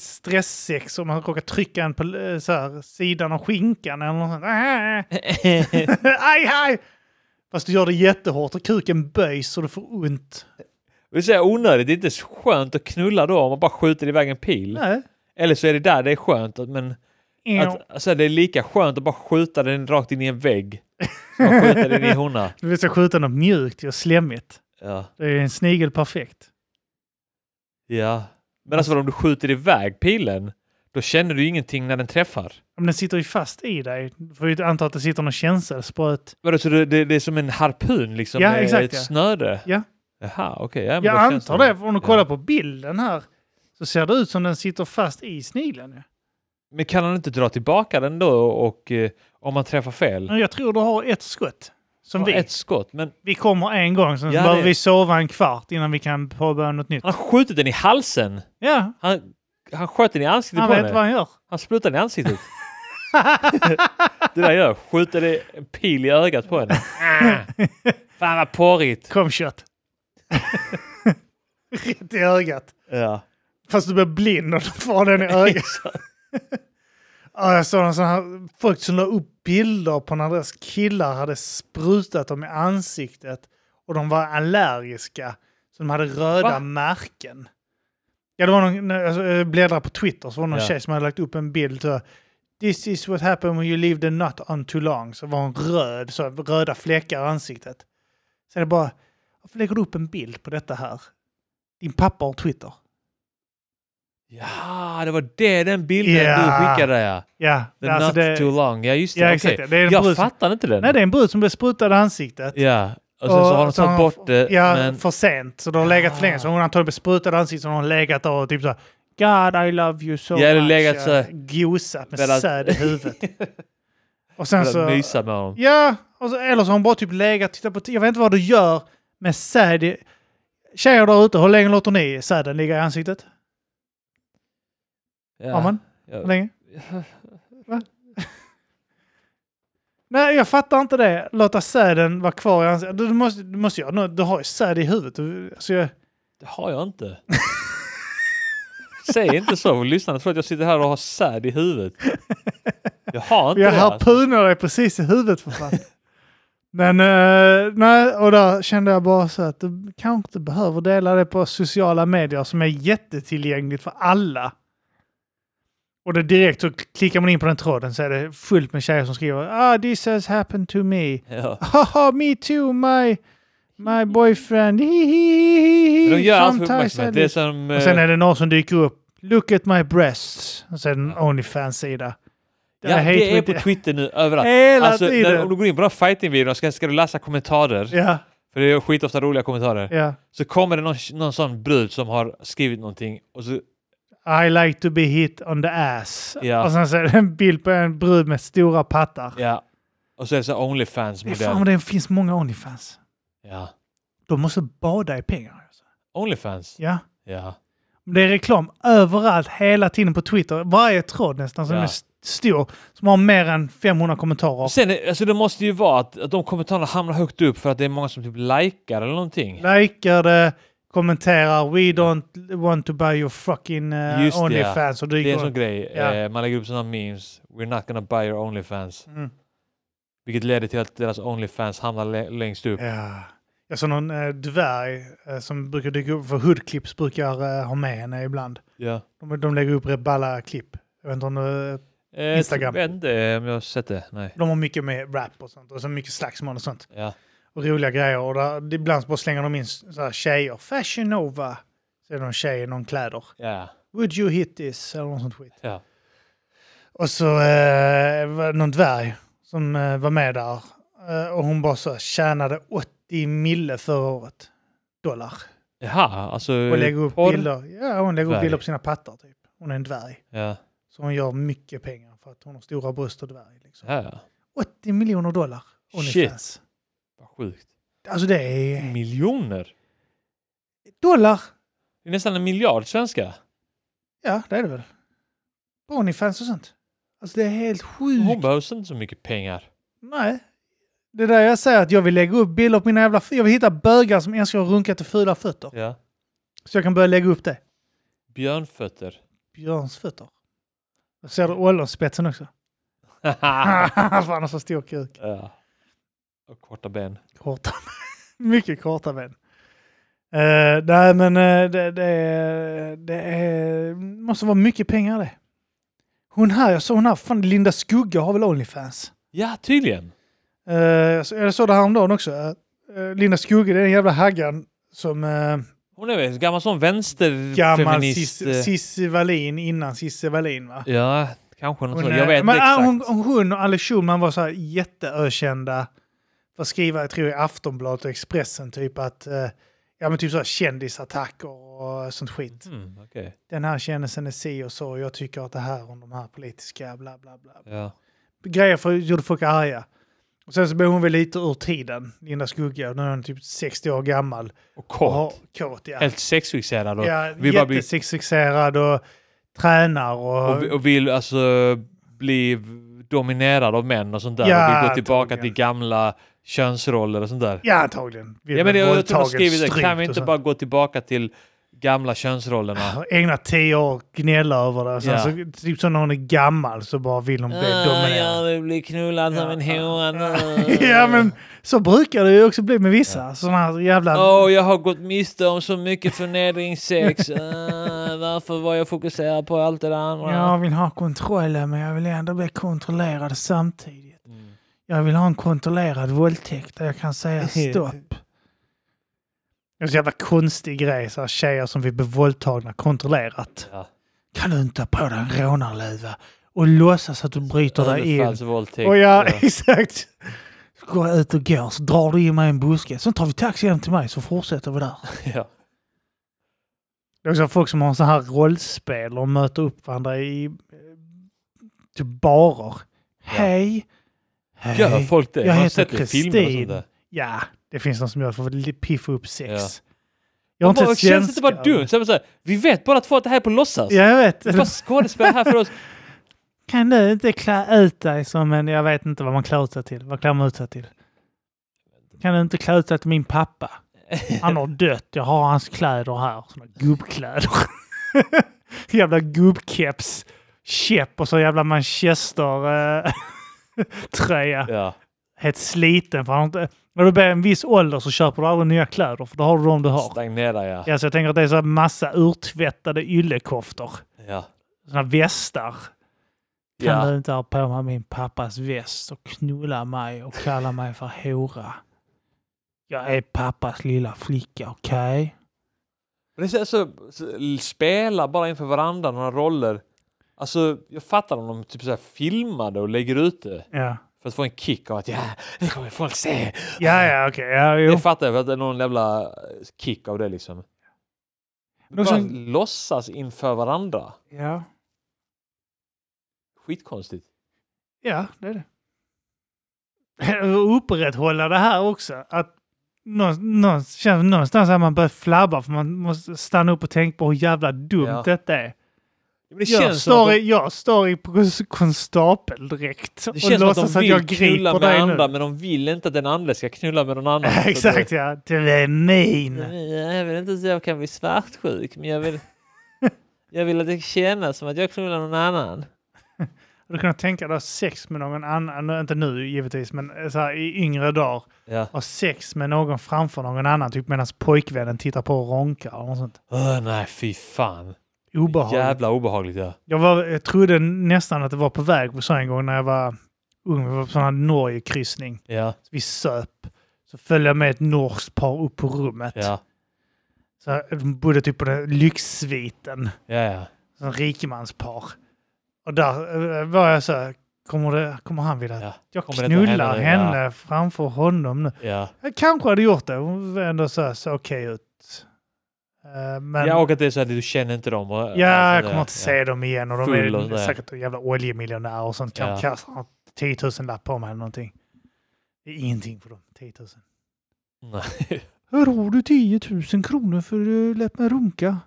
B: stresssex om man råkar trycka en på eh, så här, sidan av skinkan eller något sånt. Ah. aj, aj! Fast du gör det jättehårt och kuken böjs så du får ont.
A: Vi säger onödigt, det är inte så skönt att knulla då om man bara skjuter iväg en pil.
B: Nej.
A: Eller så är det där det är skönt, att- men att, alltså, det är lika skönt att bara skjuta den rakt in i en vägg som att skjuta den i en
B: <laughs>
A: hona.
B: Du vill ska skjuta något mjukt och slemmigt.
A: Ja.
B: Det är en snigel perfekt.
A: ja. Men alltså om du skjuter iväg pilen, då känner du ju ingenting när den träffar.
B: Men den sitter ju fast i dig. Du får ju anta att det sitter någon känselspröt.
A: Vadå, så det, det, det är som en harpun liksom?
B: Ja,
A: med
B: exakt,
A: ett
B: ja.
A: snöre?
B: Ja.
A: Jaha, okej. ja, men
B: Jag
A: då känns
B: antar det, för om du kollar på bilden här så ser det ut som den sitter fast i snigeln. ju.
A: Men kan han inte dra tillbaka den då och eh, om man träffar fel?
B: Men jag tror du har ett skott. Som
A: Bara
B: vi.
A: Ett skott, men
B: Vi kommer en gång, sen
A: Ja,
B: behöver
A: det-
B: vi sova en kvart innan vi kan påbörja något nytt.
A: han har skjutit den i halsen!
B: Ja,
A: Han, han sköt den i ansiktet
B: han
A: på
B: vet
A: henne.
B: vad han gör.
A: Han sprutade den i ansiktet. <laughs> det där gör, skjuter det en pil i ögat på
B: <laughs>
A: henne. Ah, Fan vad porrigt! <laughs>
B: Kom kött. <laughs> Rätt i ögat.
A: Ja.
B: Fast du blir blind om du
A: <laughs>
B: får den i ögat. Ja, jag såg en sån här, folk som la upp bilder på när deras killar hade sprutat dem i ansiktet och de var allergiska. Så de hade röda
A: Va?
B: märken. Ja, det var någon, när jag bläddrade alltså, eh, på Twitter så var det någon
A: Ja.
B: tjej som hade lagt upp en bild. Så, This is what happened when you leave the nut on too long. Så var hon röd, så röda fläckar i ansiktet. Så är det bara, varför lägger du upp en bild på detta här? Din pappa har Twitter.
A: <laughs> Ja, det var det den bilden du
B: Ja.
A: skickade ja.
B: Ja,
A: The
B: alltså
A: not
B: det,
A: too long. Ja, just det.
B: ja,
A: Okej.
B: exakt. Det är en
A: Jag
B: brud som-
A: fattar inte den.
B: nej, det är en brud som blev sprutad i ansiktet.
A: Ja, och sen så har de tagit bort det.
B: Ja,
A: men...
B: för sent. Så de har legat för länge. Så hon har antagligen besprutat ansiktet så hon har legat där och typ så här, God I love you so
A: Ja, eller
B: much.
A: legat så här.
B: Gosat med
A: Velat-
B: säd
A: <laughs>
B: i huvudet. och sen
A: Alltså...
B: så...
A: Nysa med honom.
B: Ja, och så, eller så har hon bara typ legat tittat på... Jag vet inte vad du gör med säd. i- Tjejer där ute, hur länge låter ni säden ligga i ansiktet?
A: Ja.
B: Har man? Hur
A: Ja.
B: länge? Va? Nej, jag fattar inte det. Låta säden vara kvar i ansiktet. Du, du måste, du måste göra något. Du har ju säd i huvudet. Du, alltså, jag,
A: Det har jag inte. Säg inte så, för lyssnarna tror att jag sitter här och har säd i huvudet. Jag har inte
B: jag
A: det. alltså.
B: harpunar dig precis i huvudet
A: <laughs>
B: för fan. Men eh, nej, och där kände jag bara så att du kanske inte behöver dela det på sociala medier som är jättetillgängligt för alla. Och det direkt så klickar man in på den tråden så är det fullt med tjejer som skriver ah, this has happened to me.
A: Ja.
B: Haha, me too, my, my boyfriend.
A: Men De gör allt för
B: Sometimes I
A: uppmärksamhet. Det är som...
B: och sen
A: eh,
B: är det någon som dyker upp. Look at my breasts. Och sen en Onlyfans-sida.
A: ja, det är på Twitter nu överallt.
B: Hela
A: Alltså,
B: tiden.
A: när, om du går in på de här fighting-videorna ska, ska du läsa kommentarer.
B: Ja,
A: För det är skitofta roliga kommentarer.
B: ja.
A: Så kommer det någon, någon sån brud som har skrivit någonting och så
B: I like to be hit on the ass.
A: Ja.
B: Och sen så är det en bild på en brud med stora pattar.
A: Ja. Och så är det så här
B: Det är fan
A: Onlyfans-modell.
B: vad det finns många Onlyfans.
A: Ja.
B: De måste bada i pengar. Alltså.
A: Onlyfans?
B: Ja.
A: Ja.
B: Det är reklam överallt, hela tiden på Twitter. Varje tråd nästan som
A: Ja.
B: är st- stor, som har mer än 500 kommentarer.
A: Sen, är- alltså det måste ju vara att, att de kommentarerna hamnar högt upp för att det är många som typ likar eller någonting.
B: Likar det, kommenterar “We don't want to buy your fucking eh,
A: Just det,
B: Onlyfans” och
A: Det är en
B: dyker
A: sån
B: upp.
A: grej.
B: Ja.
A: Eh, man lägger upp sådana memes. We're not gonna buy your Onlyfans.
B: Mm.
A: Vilket leder till att deras Onlyfans hamnar lä- längst upp.
B: Ja. Jag såg någon eh, dvärg eh, som brukar dyka upp, för Hoodclips brukar eh, ha med henne ibland.
A: Ja.
B: De, de lägger upp rätt balla klipp. Jag vet inte om du,
A: Eh,
B: Instagram.
A: Jag vet inte om jag har sett det. Nej.
B: de har mycket med rap och sånt, och så mycket slagsmål och sånt.
A: Ja.
B: Och roliga grejer. Och där, ibland så bara slänger de in så här tjejer. Fashion Nova! Så är det någon tjej i någon kläder.
A: Ja.
B: Would you hit this? Eller något sånt skit.
A: Ja.
B: Och så eh, var det någon dvärg som eh, var med där. Eh, och hon bara så tjänade 80 mille förra året. Dollar.
A: Jaha, alltså...
B: Och lägger upp
A: porr?
B: bilder. Ja, hon lägger upp
A: Dvärg.
B: bilder på sina pattar typ. Hon är en dvärg.
A: Ja.
B: Så hon gör mycket pengar för att hon har stora bröst och dvärg. Liksom.
A: Ja, ja.
B: 80 miljoner dollar. Onlyfans.
A: Vad sjukt.
B: Alltså det är
A: Miljoner?
B: dollar.
A: Det är nästan en miljard svenska.
B: Ja, det är det väl. På Onlyfans och sånt. Alltså det är helt sjukt.
A: Hon behöver inte så mycket pengar.
B: Nej. Det är där jag säger att jag vill lägga upp bilder på mina jävla... f- Jag vill hitta bögar som älskar att runka till fula fötter.
A: Ja.
B: Så jag kan börja lägga upp det. <laughs>
A: Björnfötter.
B: Björns fötter. Jag ser du ollonspetsen också? <laughs> Fan, han har så stor kuk.
A: ja. Och korta ben.
B: Korta. Mycket korta ben. <laughs> Eh, nej, men eh, det, det, är- det är, måste vara mycket pengar det. Hon här, jag såg hon här, fan Linda Skugga har väl Onlyfans?
A: Ja, tydligen.
B: Eh, jag så- jag såg det häromdagen också. Eh, Linda Skugge, det är den jävla haggan som eh,
A: Hon är väl en gammal sån vänsterfeminist.
B: gammal Cissi
A: eh,
B: Cissi Wallin innan Cissi Wallin va?
A: Ja, kanske något
B: Hon,
A: sånt.
B: är-
A: Jag vet
B: men,
A: inte
B: ah,
A: exakt.
B: hon, hon och Alex Schulman var så här jätteökända för att skriva, jag tror i Aftonbladet och Expressen, typ att eh, ja, men typ så här kändisattacker och sånt skit.
A: Mm, okej.
B: Den här kändisen är si och så, och jag tycker att det här om de här politiska bla bla bla.
A: Ja.
B: Grejer för, gjorde folk arga. Och sen så blev hon väl lite ur tiden, Linda Skugga, nu är hon typ 60 år gammal.
A: Och kort.
B: Har, kåt ja.
A: Helt sexfixerad. Och,
B: ja
A: vi bara blir-
B: jättesexuerad och tränar
A: och, vi- och vill alltså bli v- dominerad av män och sånt där.
B: Ja,
A: och vill gå tillbaka
B: antagligen.
A: till gamla könsroller och sånt där.
B: Ja, antagligen. Vill
A: Ja, men
B: bli
A: jag, jag tror de
B: våldtagen,
A: skriver det. Kan
B: strypt
A: vi
B: och
A: inte
B: så. Ah,
A: bara gå tillbaka till gamla könsrollerna.
B: Ja. Ägna tio år och gnälla över det. Sen
A: Ja.
B: så, typ så när hon är gammal så bara vill hon bli dominerad.
A: Ah, vill bli knullad
B: som en
A: hora nu.
B: <laughs> ja men så brukar det ju också bli med vissa. Sådana här jävla...
A: Åh, jag har gått miste om så mycket
B: <laughs>
A: förnedringssex. uh, varför var jag fokuserad på allt det där andra?
B: Jag vill ha kontrollen men jag vill ändå bli kontrollerad samtidigt.
A: Mm.
B: Jag vill ha en kontrollerad våldtäkt där jag kan säga stopp. Det är så jävla konstig grej, så här tjejer som vill bli våldtagna kontrollerat.
A: Ja.
B: Kan du inte ha på dig en rånarluva och låtsas att du bryter dig in?
A: Överfallsvåldtäkt.
B: Och
A: Ja.
B: ja, <laughs> exakt. Så går jag ut och går så drar du in mig i en buske. Sen tar vi taxi hem till mig så fortsätter vi där.
A: ja.
B: Det är också folk som har så här rollspel och möter upp varandra i eh, typ barer. Hej! Hej!
A: Gör folk det?
B: Jag
A: Man har
B: heter
A: sett det i filmer och sånt
B: Kristin.
A: där.
B: Ja, det finns någon som gör det för att li- piffa upp sex.
A: Ja.
B: Jag har
A: Bara,
B: inte
A: känns inte bara dumt? Så här, så här, vi vet bara två att det här är på låtsas.
B: Ja, jag vet.
A: Det är bara skådespel här för
B: <laughs>
A: oss.
B: Kan du inte klä ut dig som en... Jag vet inte vad man klär ut sig till. Vad klär man ut sig till? Kan du inte klä ut dig till min pappa? Han har dött. Jag har hans kläder här. Såna gubbkläder. <laughs> jävla gubbkeps. Käpp och så jävla manchester eh, <laughs> tröja.
A: Ja.
B: Helt sliten. För han har inte, när du blir en viss ålder så köper du aldrig nya kläder. För då har du dem du har.
A: Stagnera, ja.
B: Ja, så jag tänker att det är så här massa urtvättade yllekoftor.
A: ja.
B: Såna västar. Kan
A: ja.
B: du inte ha på mig min pappas väst och knulla mig och kalla mig för hora? Jag är pappas lilla flicka, okej?
A: Det är så, så, så, spela bara inför varandra några roller. Alltså, jag fattar om de typ så här filmade och lägger ut det
B: Ja.
A: för att få en kick av att ja, det kommer folk se.
B: Ja, ja, okej. Ja, jo.
A: Det fattar jag för att det är någon jävla eh, kick av det liksom. Bara
B: Men också-
A: låtsas inför varandra.
B: Ja.
A: Skitkonstigt.
B: ja, det <laughs> är det. Och upprätthålla det här också. Att någon, någon, känns, någonstans att man börjar flabba för man måste stanna upp och tänka på hur jävla dumt
A: Ja.
B: detta är.
A: Men det
B: Jag
A: känns som
B: står,
A: att
B: i,
A: de,
B: jag står i kons- konstapeldräkt
A: det
B: och
A: känns som att
B: låtsas
A: de
B: att,
A: vill
B: jag
A: knulla
B: griper
A: med
B: dig nu.
A: andra men de vill inte att den andra ska knulla med någon annan. Så
B: <laughs> Exakt ja, du är min.
A: Jag vill inte att jag kan bli svartsjuk, men jag
B: <laughs>
A: vill, jag vill att det känns som att jag knullar någon annan.
B: Du kan tänka dig att ha sex med någon annan, nu- inte nu givetvis, men eh, så här, i yngre dagar.
A: Ja.
B: Ha sex med någon framför någon annan, typ medan pojkvännen tittar på och ronkar eller något sånt.
A: Öh, nej, fy fan.
B: Obehagligt.
A: Jävla obehagligt, ja.
B: Jag, var, jag trodde nästan att det var på väg på så en gång när jag var ung. Vi var på sån här Norge-kryssning.
A: Ja,
B: Vi söp. Så följde jag med ett norskt par upp på rummet.
A: ja,
B: Så här, de bodde typ på den lyxsviten.
A: ja. ja.
B: en rikemanspar. Och där eh, var jag så här, kommer, det, kommer han vilja?
A: Ja,
B: Jag
A: kommer det inte
B: knullar
A: hända nu?
B: henne framför honom nu.
A: ja.
B: Jag kanske hade gjort det, hon var ändå så här, så okej ut. Eh, Men
A: ja och att det är så här, du känner inte dem. Och, alltså,
B: ja, jag
A: sådär.
B: kommer inte se dem igen och de
A: Full
B: är
A: och sådär.
B: säkert jävla oljemiljonärer och sånt.
A: Ja.
B: Kanske kastar en 10 000 lapp på mig eller någonting. Det är ingenting för dem, 10 000. <laughs>
A: Nej.
B: Här har du 10 000 kronor för uh, lätt mig runka.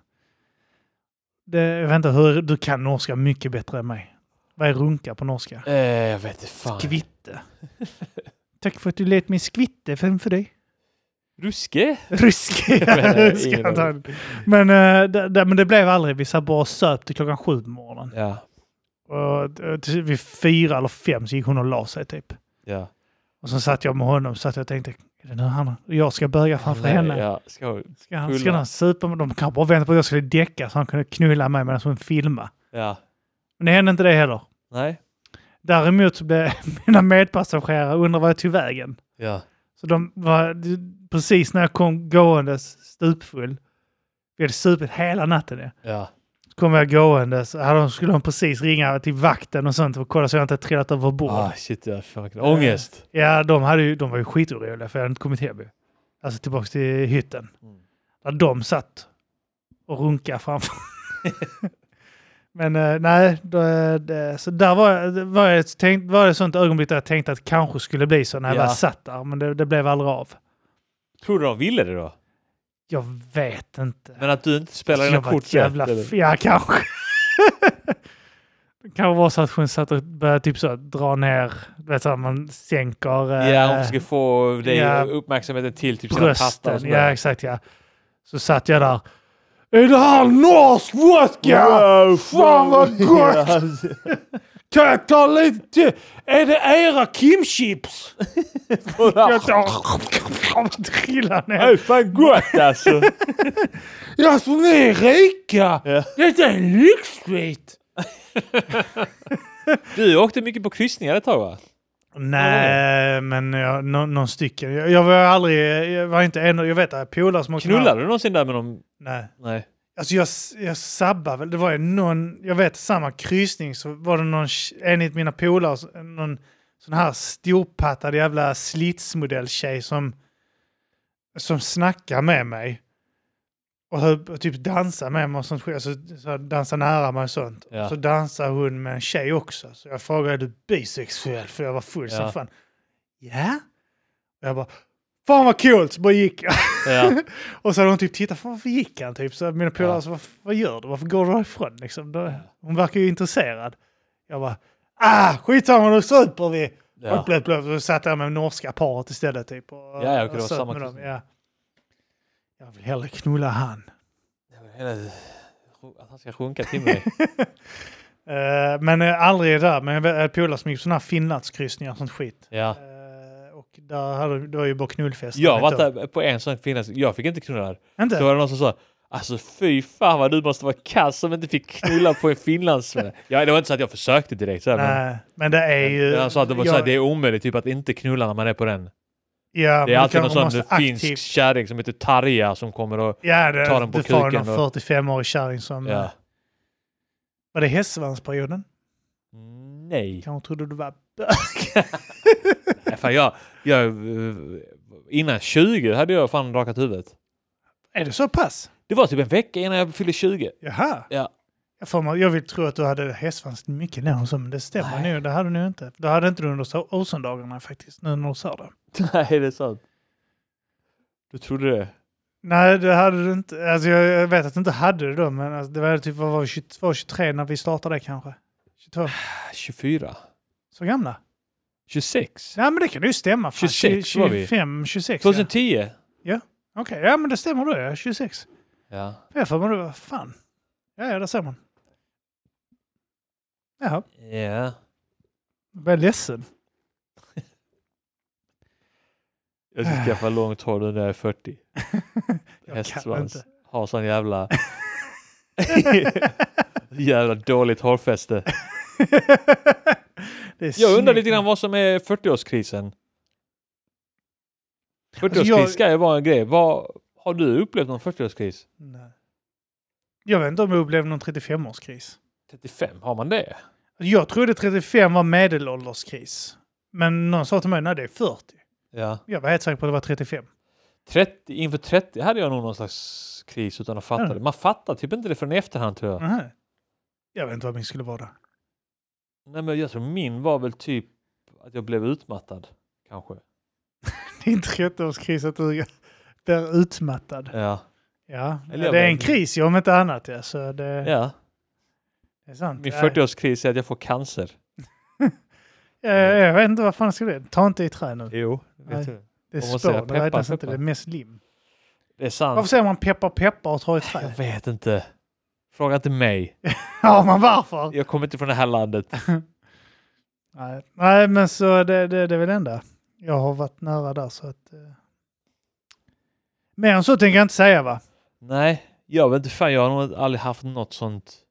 B: Det, jag vet inte, hur, du kan norska mycket bättre än mig. Vad är runka på norska?
A: Eh, jag vet inte fan. <laughs>
B: Skvitte. Tack för att du lät mig skvitte
A: <laughs>
B: framför dig.
A: Ruske?
B: Ryska.
A: Jag vet inte,
B: ryska
A: eh, ingen
B: antagligen. men, eh, det, det, men det blev aldrig. Vi satt bara och söp till klockan sju på morgonen.
A: Ja,
B: Och, eh, till- vid fyra eller fem så gick hon och la sig typ.
A: ja.
B: Och sen satt jag med honom så att jag tänkte, är det nu han, jag ska böga framför
A: Nej,
B: henne?
A: Ja, ska,
B: Ska han, ska
A: Knulla.
B: han supa? med- De kanske bara väntade på att jag skulle däcka så han kunde knulla mig medan hon filmade.
A: ja.
B: Men det hände inte det heller.
A: Nej.
B: Däremot så blev <laughs> mina medpassagerare undrar vad jag tog vägen.
A: Ja.
B: Så de var precis när jag kom gåendes stupfull. Vi hade supit hela natten. Ja.
A: Ja.
B: Så kom jag gåendes. Hade de, skulle de precis ringa till vakten och sånt och kolla så jag inte trillat över bord.
A: Ah, shit, jag fan, vilken ångest.
B: Ja, de, hade ju, de var ju skitoroliga för jag hade inte kommit hem. ju. Alltså tillbaka till hytten.
A: Mm.
B: Där de satt och runkade framför. <laughs> Men eh, nej, då, det, så där var, jag- var, jag, ett tänkt, var det ett sånt ögonblick där jag tänkte att kanske skulle bli så när jag
A: Ja.
B: väl satt där. Men det, det blev aldrig av.
A: Tror du de ville det då?
B: Jag vet inte. Alltså,
A: Men att du inte spelar
B: jag
A: dina
B: var
A: kort
B: ett jävla
A: rätt, eller?
B: f- Ja, kanske. <laughs> det kanske var så att hon satt och började typ så, dra ner, du vet så här, man sänker... eh,
A: Ja, hon försöker få dig
B: ja.
A: uppmärksamheten till typ sina
B: brösten.
A: pattar och sånt
B: Ja,
A: där.
B: exakt ja. Så satt jag där. Är det här norsk vodka?
C: Wow,
B: Fan vad
C: wow.
B: gott!
C: Ja,
B: Kan jag ta lite till? Är det era kimchips? Jag tar... Trillar
C: Det är
B: ner.
C: fan gott alltså!
B: Ja, så ni är rika?
C: Ja.
B: Detta är en lyxskit!
A: Du åkte mycket på kryssningar ett tag va?
B: Nej, men jag, nå- någon stycken. Jag, jag var aldrig... Jag var inte en... Jag vet att polare som åkte...
A: Knullade du någonsin där med dem?
B: Nej.
A: Nej.
B: Alltså jag, jag sabbar väl. Det var ju någon, jag vet samma kryssning så var det någon, enligt mina polare, så- någon sån här storpattad jävla slitsmodell-tjej som, som snackar med mig. Och, hö- och typ dansar med mig och sånt skit. Alltså, så här, dansar nära mig och sånt.
A: Ja.
B: Så dansar hon med en tjej också. Så jag frågade, är du bisexuell? För jag var full som
A: Ja.
B: fan. Ja? Och jag bara, fan vad coolt! Så bara gick jag. <laughs>
A: Ja.
B: Och så hade hon typ tittat, "Fan, varför gick han? Typ. Så mina polare,
A: Ja.
B: alltså, vad, vad gör du? Varför går du därifrån? Liksom, då, hon verkar ju intresserad. Jag bara, ah, skitsamma nu super vi!
A: Ja.
B: Och blöt, blöt, så satt jag med norska paret istället typ. Och,
A: Ja, ja, okej, det var
B: och satt
A: samma
B: med dem,
A: kusin.
B: ja. Jag vill hellre knulla han.
A: Hela- Att han ska sjunka till mig.
B: Eh, men eh, aldrig där, men jag vet- jag hade polare som gick på sådana här finlandskryssningar och sånt skit.
A: Ja.
B: Eh, och där hade, det var ju bara knullfest.
A: Jag var
B: Vet du.
A: där på en sån finländsk, jag fick inte knulla där.
B: Inte?
A: Då var det någon som sa Alltså fy fan vad du måste vara kass som inte fick knulla på en
B: <laughs>
A: finlandssvensk. Ja, det var inte så att jag försökte direkt. Så här, men
B: Nej, men det är ju...
A: Han sa att det, var
B: jag-
A: så här, det är omöjligt typ, att inte knulla när man är på den.
B: ja, men
A: Det
B: du
A: är alltid
B: kan-
A: någon
B: man
A: sån
B: måste
A: finsk
B: aktivt-
A: kärring som heter Tarja som kommer och...
B: Ja, det,
A: Ta den på
B: det var någon
A: kuken då.
B: 45-årig kärring som... eh,
A: Ja.
B: Var det hästsvansperioden?
A: Nej.
B: Kanske trodde du var... <laughs>
A: Nej fan, jag, jag, eh, innan 20 hade jag fan rakat huvudet.
B: Är det så pass?
A: Det var typ en vecka innan jag fyllde
B: <laughs>
A: 20.
B: Jaha.
A: Ja.
B: Jag, får, mig- jag vill tro att du hade hästsvans mycket längre så, men det stämmer
A: Nej.
B: nu. Det hade du inte. Det hade inte du under so- Olsendagarna faktiskt, nu när du sa det.
A: Nej, det är sant. Du trodde det?
B: Nej, det hade du inte. Alltså, jag, jag vet att du inte hade det då, men alltså, det var typ vad var vi, 22, 23 när vi startade det kanske? 22?
A: 24?
B: Så gamla?
A: 26?
B: Ja, men det kan ju stämma. Fan.
A: 26 var vi.
B: 25, 26 ja.
A: 2010?
B: Okej, ja men det stämmer då ja. 26.
A: Ja.
B: Jag har för mig det var fan. Ja, ja, där ser man. Jaha,
A: Ja.
B: jag blir ledsen.
A: Jag ska skaffa långt hår nu när jag är 40.
B: kan
A: Hästsvans.
B: inte. <laughs>
A: Har sån jävla... <laughs> jävla dåligt hårfäste.
B: Det är
A: Jag undrar
B: snyggt.
A: lite grann vad som är 40-årskrisen. 40-årskris
B: Alltså, jag-
A: ska ju vara en grej. Vad, har du upplevt någon 40-årskris?
B: Nej. Jag vet inte om jag upplevde någon 35-årskris.
A: 35, har man det?
B: Jag trodde 35 var medelålderskris. Men någon sa till mig, nej det är 40.
A: Ja.
B: Jag var helt säker på att det var 35.
A: 30, inför 30 hade jag nog någon slags kris utan att fatta
B: Ja. Mm.
A: det. Man fattar typ inte det förrän i efterhand tror jag.
B: Nähä. Jag vet inte vad min skulle <laughs> vara där.
A: Nej men jag tror min var väl typ att jag blev utmattad. Kanske.
B: Din 30-årskris att du blir utmattad.
A: Ja.
B: Ja,
A: Eller
B: det
A: jag
B: är
A: vet
B: en
A: inte.
B: kris ju, om inte annat. Ja. Så det,
A: ja.
B: det är sant.
A: Min
B: Ja.
A: 40-årskris är att jag får cancer.
B: Ja, Eh, Jag vet inte vad fan ska det Ta inte i trä nu.
A: Jo.
B: Nej.
A: Mm. Vet du.
B: Det är
A: Vad måste
B: spår,
A: jag?
B: det
A: Peppar,
B: räknas inte. Det är
A: peppar.
B: mest lim.
A: Det är sant.
B: Varför säger man peppar peppar och tar i trä?
A: Jag vet inte. Fråga inte mig.
B: <laughs> Ja, man varför?
A: Jag kommer inte från det här landet.
B: Nej. Nej, men så det, det, det är väl det enda. Jag har varit nära där så att... Eh. Mer än så tänker jag inte säga va?
A: Nej, jag vet inte fan. Jag har nog aldrig haft något sånt.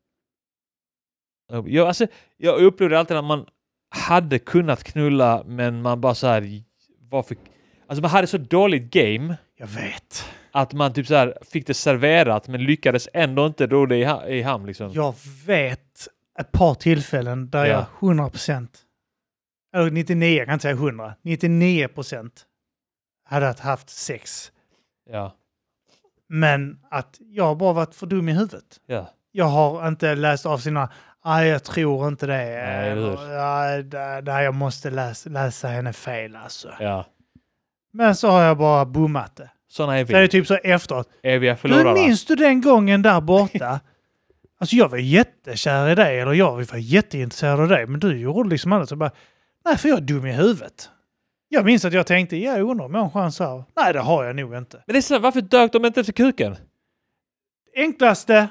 A: Jag, alltså, jag upplevde alltid att man hade kunnat knulla men man bara så här varför? Alltså man hade så dåligt game
B: Jag vet.
A: att man typ så här fick det serverat men lyckades ändå inte ro det i, ha- i hamn liksom.
B: Jag vet ett par tillfällen där
A: Ja.
B: jag 100 procent, eller 99, jag kan inte säga 100, 99 procent hade att haft sex.
A: Ja,
B: Men att jag bara varit för dum i huvudet.
A: ja.
B: jag har inte läst av sina, nej jag tror inte det.
A: Nej, eller hur?
B: Nej, det- nej, jag måste läsa, läsa henne fel alltså.
A: ja.
B: Men så har jag bara bommat det.
A: Sådana är
B: Så är det
A: vi.
B: typ så efteråt,
A: Eviga
B: du
A: förlorare.
B: minns du den gången
A: <laughs>
B: där borta? alltså jag var jättekär i dig, eller jag var jätteintresserad av dig, men du gjorde liksom annat. Så bara, nej för jag är dum i huvudet. Jag minns att jag tänkte, ja jag undrar om jag har en chans här. Nej det har jag nog inte.
A: Men det är så här, varför dök de inte efter kuken?
B: enklaste.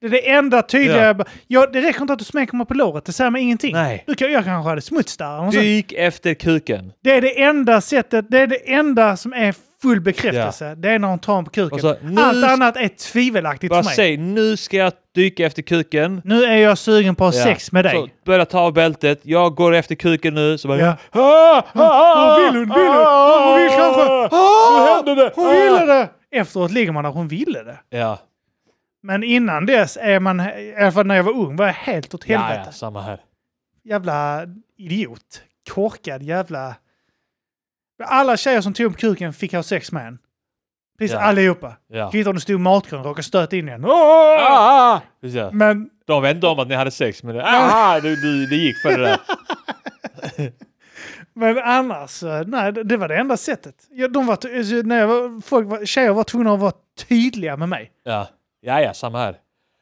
B: Det är det enda tydliga.
A: Ja.
B: Jag bara- Ja, det räcker inte att du smeker mig på låret, det säger mig ingenting.
A: Nej.
B: Du kan, jag kanske hade smuts där. eller något sånt.
A: Dyk efter kuken.
B: Det är det enda sättet, det är det enda som är full bekräftelse. Det är när hon tar honom på kuken.
A: Och så, nu
B: Allt
A: ska-
B: annat är tvivelaktigt
A: Bara
B: för mig.
A: säg, nu ska jag dyka efter kuken.
B: Nu är jag sugen på att ha sex med dig.
A: Så börja ta av bältet. Jag går efter kuken nu. Så bara...
B: Ja.
A: Ah, ah, ah,
B: Hon vill, hon vill,
A: ah,
B: hon vill kanske.
A: Ah, nu hände det.
B: Hon
A: Ah.
B: ville det! Efteråt ligger man där hon ville det.
A: Ja,
B: Men innan dess är man, i alla fall när jag var ung, var jag helt åt helvete.
A: ja, ja, samma här.
B: Jävla idiot. Korkad jävla... Alla tjejer som tog upp kuken fick ha sex med en. Precis
A: Ja.
B: allihopa.
A: Ja.
B: Kvittar om du stod i matkorgen och råkade stöta in i en.
A: Ah, ah. Precis, ja.
B: Men
A: De vet inte om att ni hade sex, men det- ah, det, det, det gick för det där.
B: Men annars, eh, nej, det det var det enda sättet. Ja, de var, t- alltså, när jag var, folk var, tjejer var tvungna att vara tydliga med mig.
A: Ja, ja, ja samma här.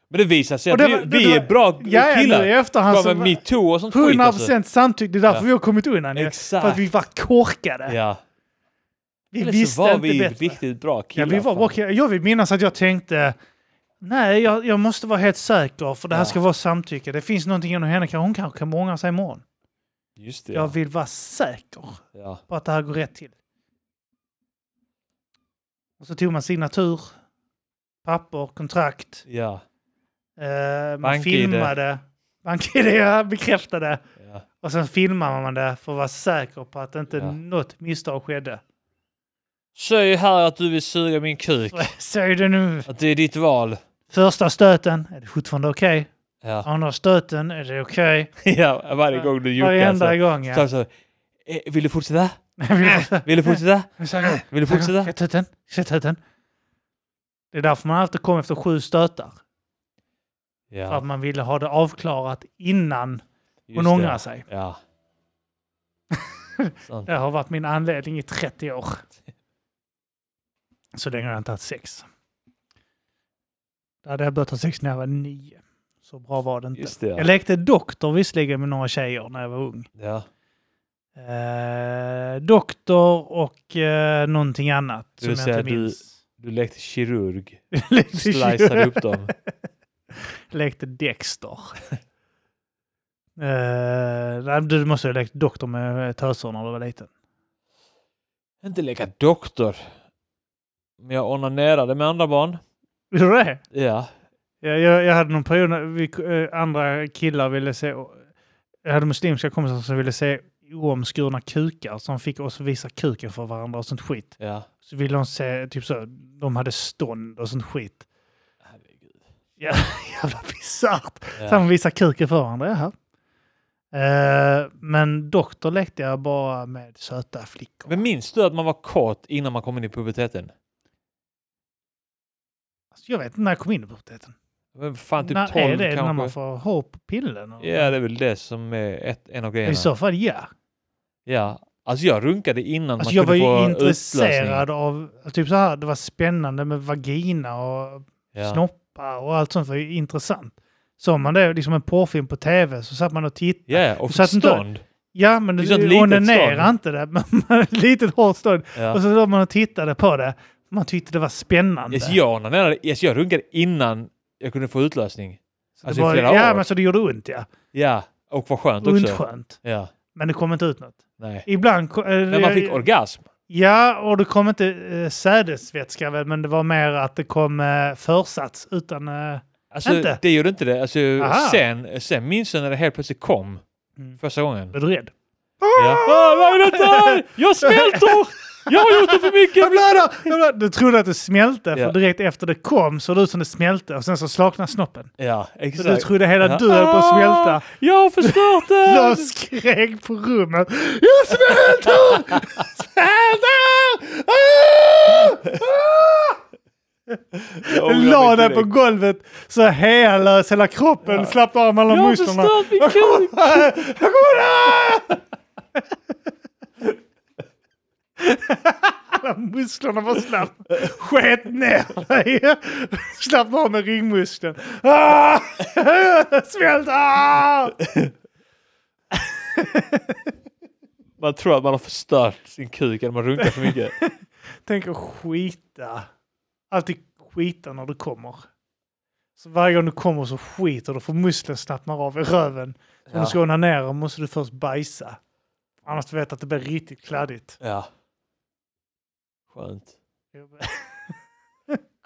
A: Men det visar sig
B: Och
A: att
B: det
A: vi,
B: var- det
A: vi
B: var-
A: är bra
B: Ja, ja,
A: killar.
B: nu i efterhand
A: Bra
B: så
A: med
B: var-
A: metoo och sånt skit.
B: 100%
A: Alltså.
B: samtycke, det är därför
A: Ja.
B: vi har kommit undan. ju. För att
A: Exakt.
B: vi var korkade.
A: Ja.
B: Vi
A: Eller
B: visste
A: så var
B: inte
A: vi
B: bättre.
A: riktigt bra
B: ja,
A: killar.
B: vi var
A: fan.
B: bra killar. Jag vill minnas att jag tänkte, nej, jag, jag måste vara helt säker för det här
A: Ja.
B: ska vara samtycke. Det finns någonting inom henne, kan- hon kanske kan ångra sig imorgon.
A: Just det.
B: Jag
A: Ja.
B: vill vara säker
A: Ja.
B: på att det här går rätt till. Och så tog man signatur, papper, kontrakt.
A: Ja.
B: Eh, man
A: BankID.
B: filmade. BankID <laughs> ja, bekräftade.
A: Ja.
B: Och sen filmade man det för att vara säker på att inte
A: Ja.
B: något misstag skedde. <laughs>
A: Säg här att du vill suga min kuk.
B: Så är det nu.
A: Att det är ditt val.
B: Första stöten, är det fortfarande okej?
A: Ja, <laughs>
B: Andra stöten, är det okej?
A: ja varje gång du gjort det.
B: Varenda
A: Alltså.
B: gång
A: Så,
B: <laughs> ja.
A: så, eh, vill du fortsätta?
B: Jag vill fortsätta.
A: Vill du fortsätta?
B: Jag säger,
A: Vill du <laughs>
B: Ska
A: fortsätta?
B: jag ta ut den? Ska jag ta ut den? Det är därför man alltid kom efter sju stötar. För att
A: Ja,
B: man ville ha det avklarat innan hon
A: just det.
B: ångrar sig.
A: Ja. Sant.
B: Det har varit min anledning i 30 år. Så länge har jag inte haft sex. Då hade jag börjat ha sex när jag var nio. Så bra var det inte.
A: Just det, ja.
B: Jag lekte doktor visserligen med några tjejer när jag var ung.
A: Ja.
B: Eh, doktor och eh, någonting annat
A: Det
B: som
A: vill
B: jag
A: säga
B: inte
A: du-
B: minns.
A: <laughs> Du lekte kirurg.
B: lekte,
A: Sliceade upp dem.
B: lekte Dexter. Eh, nej, du måste ha lekt doktor med töser när du var liten.
A: <laughs> Inte leka doktor. Men jag onanerade med andra barn.
B: Gjorde du det?
A: Ja.
B: Jag, jag, jag hade någon period när vi, eh, andra killar ville se... eh, Jag hade muslimska kompisar som ville se oomskurna kukar som fick oss visa kuken för varandra och sånt skit.
A: Ja.
B: Så ville de se, typ så, de hade stånd och sånt skit. <laughs>
A: Herregud.
B: Ja, jävla bisarrt.
A: Ja.
B: Så de visade kuken för varandra, jaha. Eh, men doktor lekte jag bara med söta flickor.
A: Men minns du att man var kåt innan man kom in i puberteten?
B: Alltså, jag vet inte när jag kom in i puberteten.
A: Men Fan, typ
B: när
A: 12
B: är det?
A: kanske?
B: När man får hår på pillen? Och...
A: Ja, det är väl det som är ett, en av
B: I
A: grejerna.
B: så fall ja.
A: Ja. Alltså jag runkade innan
B: Alltså
A: man
B: jag var
A: kunde
B: ju
A: få
B: intresserad av, typ så här, det var spännande med vagina och
A: Ja.
B: snoppar och allt sånt var ju intressant. Såg man det, liksom en porrfilm på tv, så satt man och tittade.
A: Ja, och
B: Du
A: fick
B: satt inte-
A: stånd.
B: Ja, men
A: Det är sånt
B: du
A: litet
B: onanerar
A: stånd.
B: inte det. <laughs> Men man hade ett litet hårt stånd.
A: Ja.
B: Och så låg man och tittade på det. Man tyckte det var spännande.
A: Yes, jag onanerade, yes, jag runkade innan jag kunde få utlösning.
B: så det
A: alltså i
B: var,
A: flera
B: ja,
A: år.
B: men så det gjorde ont ja.
A: Ja, och var skönt också.
B: Ont skönt.
A: Ja,
B: Men det kom inte ut något.
A: nej.
B: Ibland... ko- eh,
A: Men man fick orgasm.
B: Ja, och det kom inte eh, sädesvätska väl, men det var mer att det kom eh, försats utan... Eh,
A: Alltså,
B: Inte?
A: Det gjorde inte det. Alltså,
B: Aha.
A: sen, sen minns jag när det helt plötsligt kom.
B: Mm.
A: Första gången.
B: Är du rädd?
A: Ja. Ah, vad är
B: <laughs>
A: detta här? Jag smälter! Jag har gjort det för mycket!
B: Jag blöder! Jag blöder! Du trodde att det smälte,
A: Ja.
B: för direkt efter det kom såg det ut som det smälte och sen så slaknade snoppen.
A: Ja,
B: Så du
A: exakt.
B: trodde hela
A: Ja.
B: du höll på att
A: Ah,
B: smälta.
A: Jag har förstört
B: Jag
A: den!
B: skrek på rummet.
A: <laughs>
B: Jag smälter! Smälter! Ah! Ah!
A: Jag ångrar mig
B: La dig på
A: direkt.
B: golvet så healös hela kroppen,
A: Ja.
B: slappnade av med alla
A: Jag har
B: musklerna.
A: förstört min kuk!
B: Jag kommer dö! Alla <laughs> musklerna var slapp. Sket ner dig. <laughs> Slappna av med ryggmuskeln. Ah! <laughs> Svält! Ah!
A: Man tror att man har förstört sin kuk när man runkar för <laughs> mycket.
B: Tänk att skita. Alltid skita när du kommer. Så varje gång du kommer så skiter du för muskeln slappnar av i röven. Så Om du ska onanera måste du först bajsa. Annars vet du att det blir riktigt kladdigt.
A: ja. Skönt.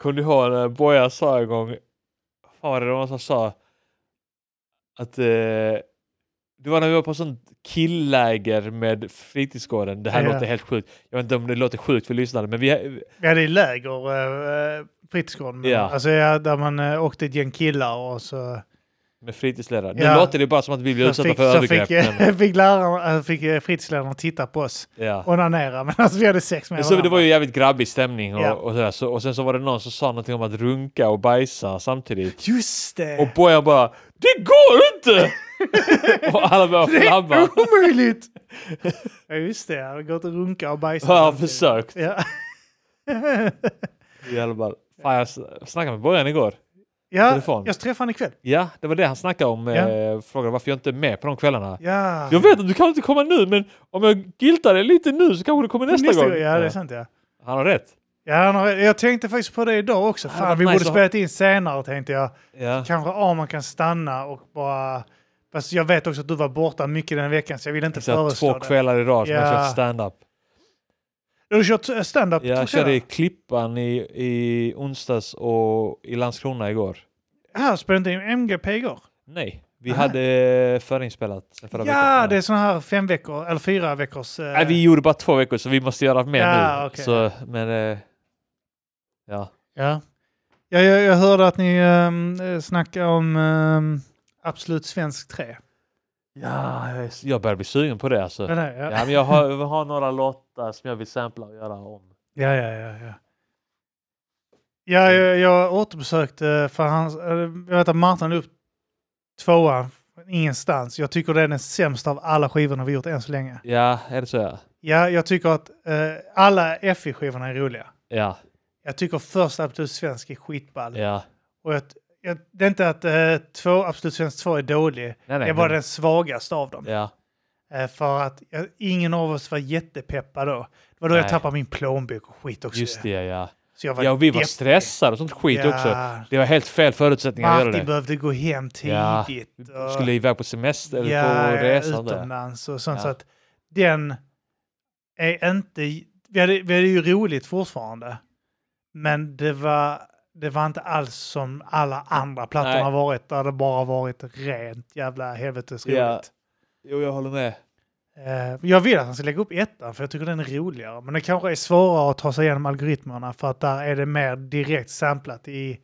A: Kommer du ihåg när Boja sa en gång, fan vad det var någon som sa att eh, det var när vi var på sånt killäger med fritidsgården. Det här
B: Ja.
A: låter helt sjukt. Jag vet inte om det låter sjukt för lyssnarna, men vi... eh,
B: Vi hade ju läger, eh, eh, fritidsgården, men-
A: Ja.
B: alltså, ja, där man eh, åkte ett gäng killar och så...
A: Med fritidsledare. Nu
B: Ja.
A: låter det bara som att vi blir
B: så
A: utsatta
B: fick,
A: för
B: så
A: övergrepp.
B: fick, eh,
A: Men,
B: <laughs> fick, lärarna, eh, fick eh, fritidsledarna titta på oss
A: ja.
B: <laughs> och onanera medan vi hade sex med
A: Men så det
B: varandra.
A: var ju jävligt grabbig stämning och,
B: Ja.
A: och, sådär. så, och sen så var det någon som sa någonting om att runka och bajsa samtidigt.
B: Just det! <laughs>
A: Och Bojan bara Det går inte! och alla började flabba.
B: Omöjligt! <laughs> ja, just det. Jag har gått och runka och bajsat.
A: Jag har
B: samtidigt.
A: försökt.
B: Ja. <laughs>
A: I alla fall. Fan, jag s- snackade med Bojan igår.
B: ja,
A: Telefon.
B: jag träffade henne ikväll.
A: Ja, det var det han snackade om.
B: Ja.
A: Eh, frågade varför jag inte är med på de kvällarna.
B: Ja.
A: Jag vet att du kan inte komma nu, men om jag giltar dig lite nu så kanske du kommer nästa, gång.
B: Ja, det är
A: Ja.
B: sant ja.
A: Han har rätt.
B: ja han har, jag tänkte faktiskt på det idag också.
A: Ja,
B: Fan,
A: vad
B: vi
A: nice
B: borde
A: att ha-
B: spelat in senare tänkte jag.
A: Ja.
B: Kanske A, man kan stanna och bara... Fast jag vet också att du var borta mycket den veckan så jag ville inte
A: Så jag har
B: föreslå
A: två
B: det.
A: kvällar i rad som jag
B: Ja.
A: kört stand-up.
B: Har du kört eh, stand-up? två
A: Jag körde
B: kvällar?
A: i Klippan i, i onsdags och i Landskrona igår.
B: Ja, spelade inte in MGP igår?
A: Nej, vi
B: Aha.
A: hade förinspelat sen förra
B: ja,
A: veckan.
B: det är såna här fem veckor, eller fyra veckors... eh,
A: Nej, vi gjorde bara två veckor så vi måste göra mer
B: Ja,
A: nu.
B: okej.
A: Så, men eh, ja,
B: Ja. Jag, jag, jag hörde att ni um, snackade om ehm, Absolut Svensk 3.
A: ja jag, är s- jag börjar bli sugen på det alltså.
B: Ja, nej,
A: Ja,
B: ja.
A: men jag, har, jag har några låtar som jag vill sampla och göra om.
B: ja, ja, ja. ja. Ja, jag, jag återbesökte, för han, eh, jag vet att Martin la upp tvåan från ingenstans. Jag tycker det är den sämsta av alla skivorna vi gjort än så länge.
A: Ja, är det så? Ja.
B: Ja, jag tycker att eh, alla FI-skivorna är roliga.
A: Ja,
B: Jag tycker första Absolut Svensk är skitball.
A: ja.
B: Och jag, jag, det är inte att eh, två, Absolut Svensk 2 är dålig.
A: Nej, nej,
B: det var
A: men-
B: den svagaste av dem.
A: Ja,
B: Eh, För att jag, ingen av oss var jättepeppad då. Det var då jag
A: Nej.
B: tappade min plånbok och skit också.
A: just det ja.
B: Så jag
A: Ja, och vi var
B: deppig.
A: stressade och sånt skit
B: Ja.
A: också. Det var helt fel förutsättningar att göra
B: Martin
A: det.
B: behövde gå hem
A: Ja,
B: tidigt.
A: Vi skulle iväg på semester eller
B: ja,
A: på resan. Där.
B: utomlands och sånt.
A: Ja.
B: Så att den är inte... Vi hade, vi hade ju roligt fortfarande. Men det var, det var inte alls som alla andra plattor
A: Nej.
B: har varit. Där det bara varit rent jävla helvetes roligt.
A: Ja. Jo, jag håller med.
B: Eh, Jag vill att han ska lägga upp ettan för jag tycker den är roligare. Men det kanske är svårare att ta sig igenom algoritmerna för att där är det mer direkt samplat i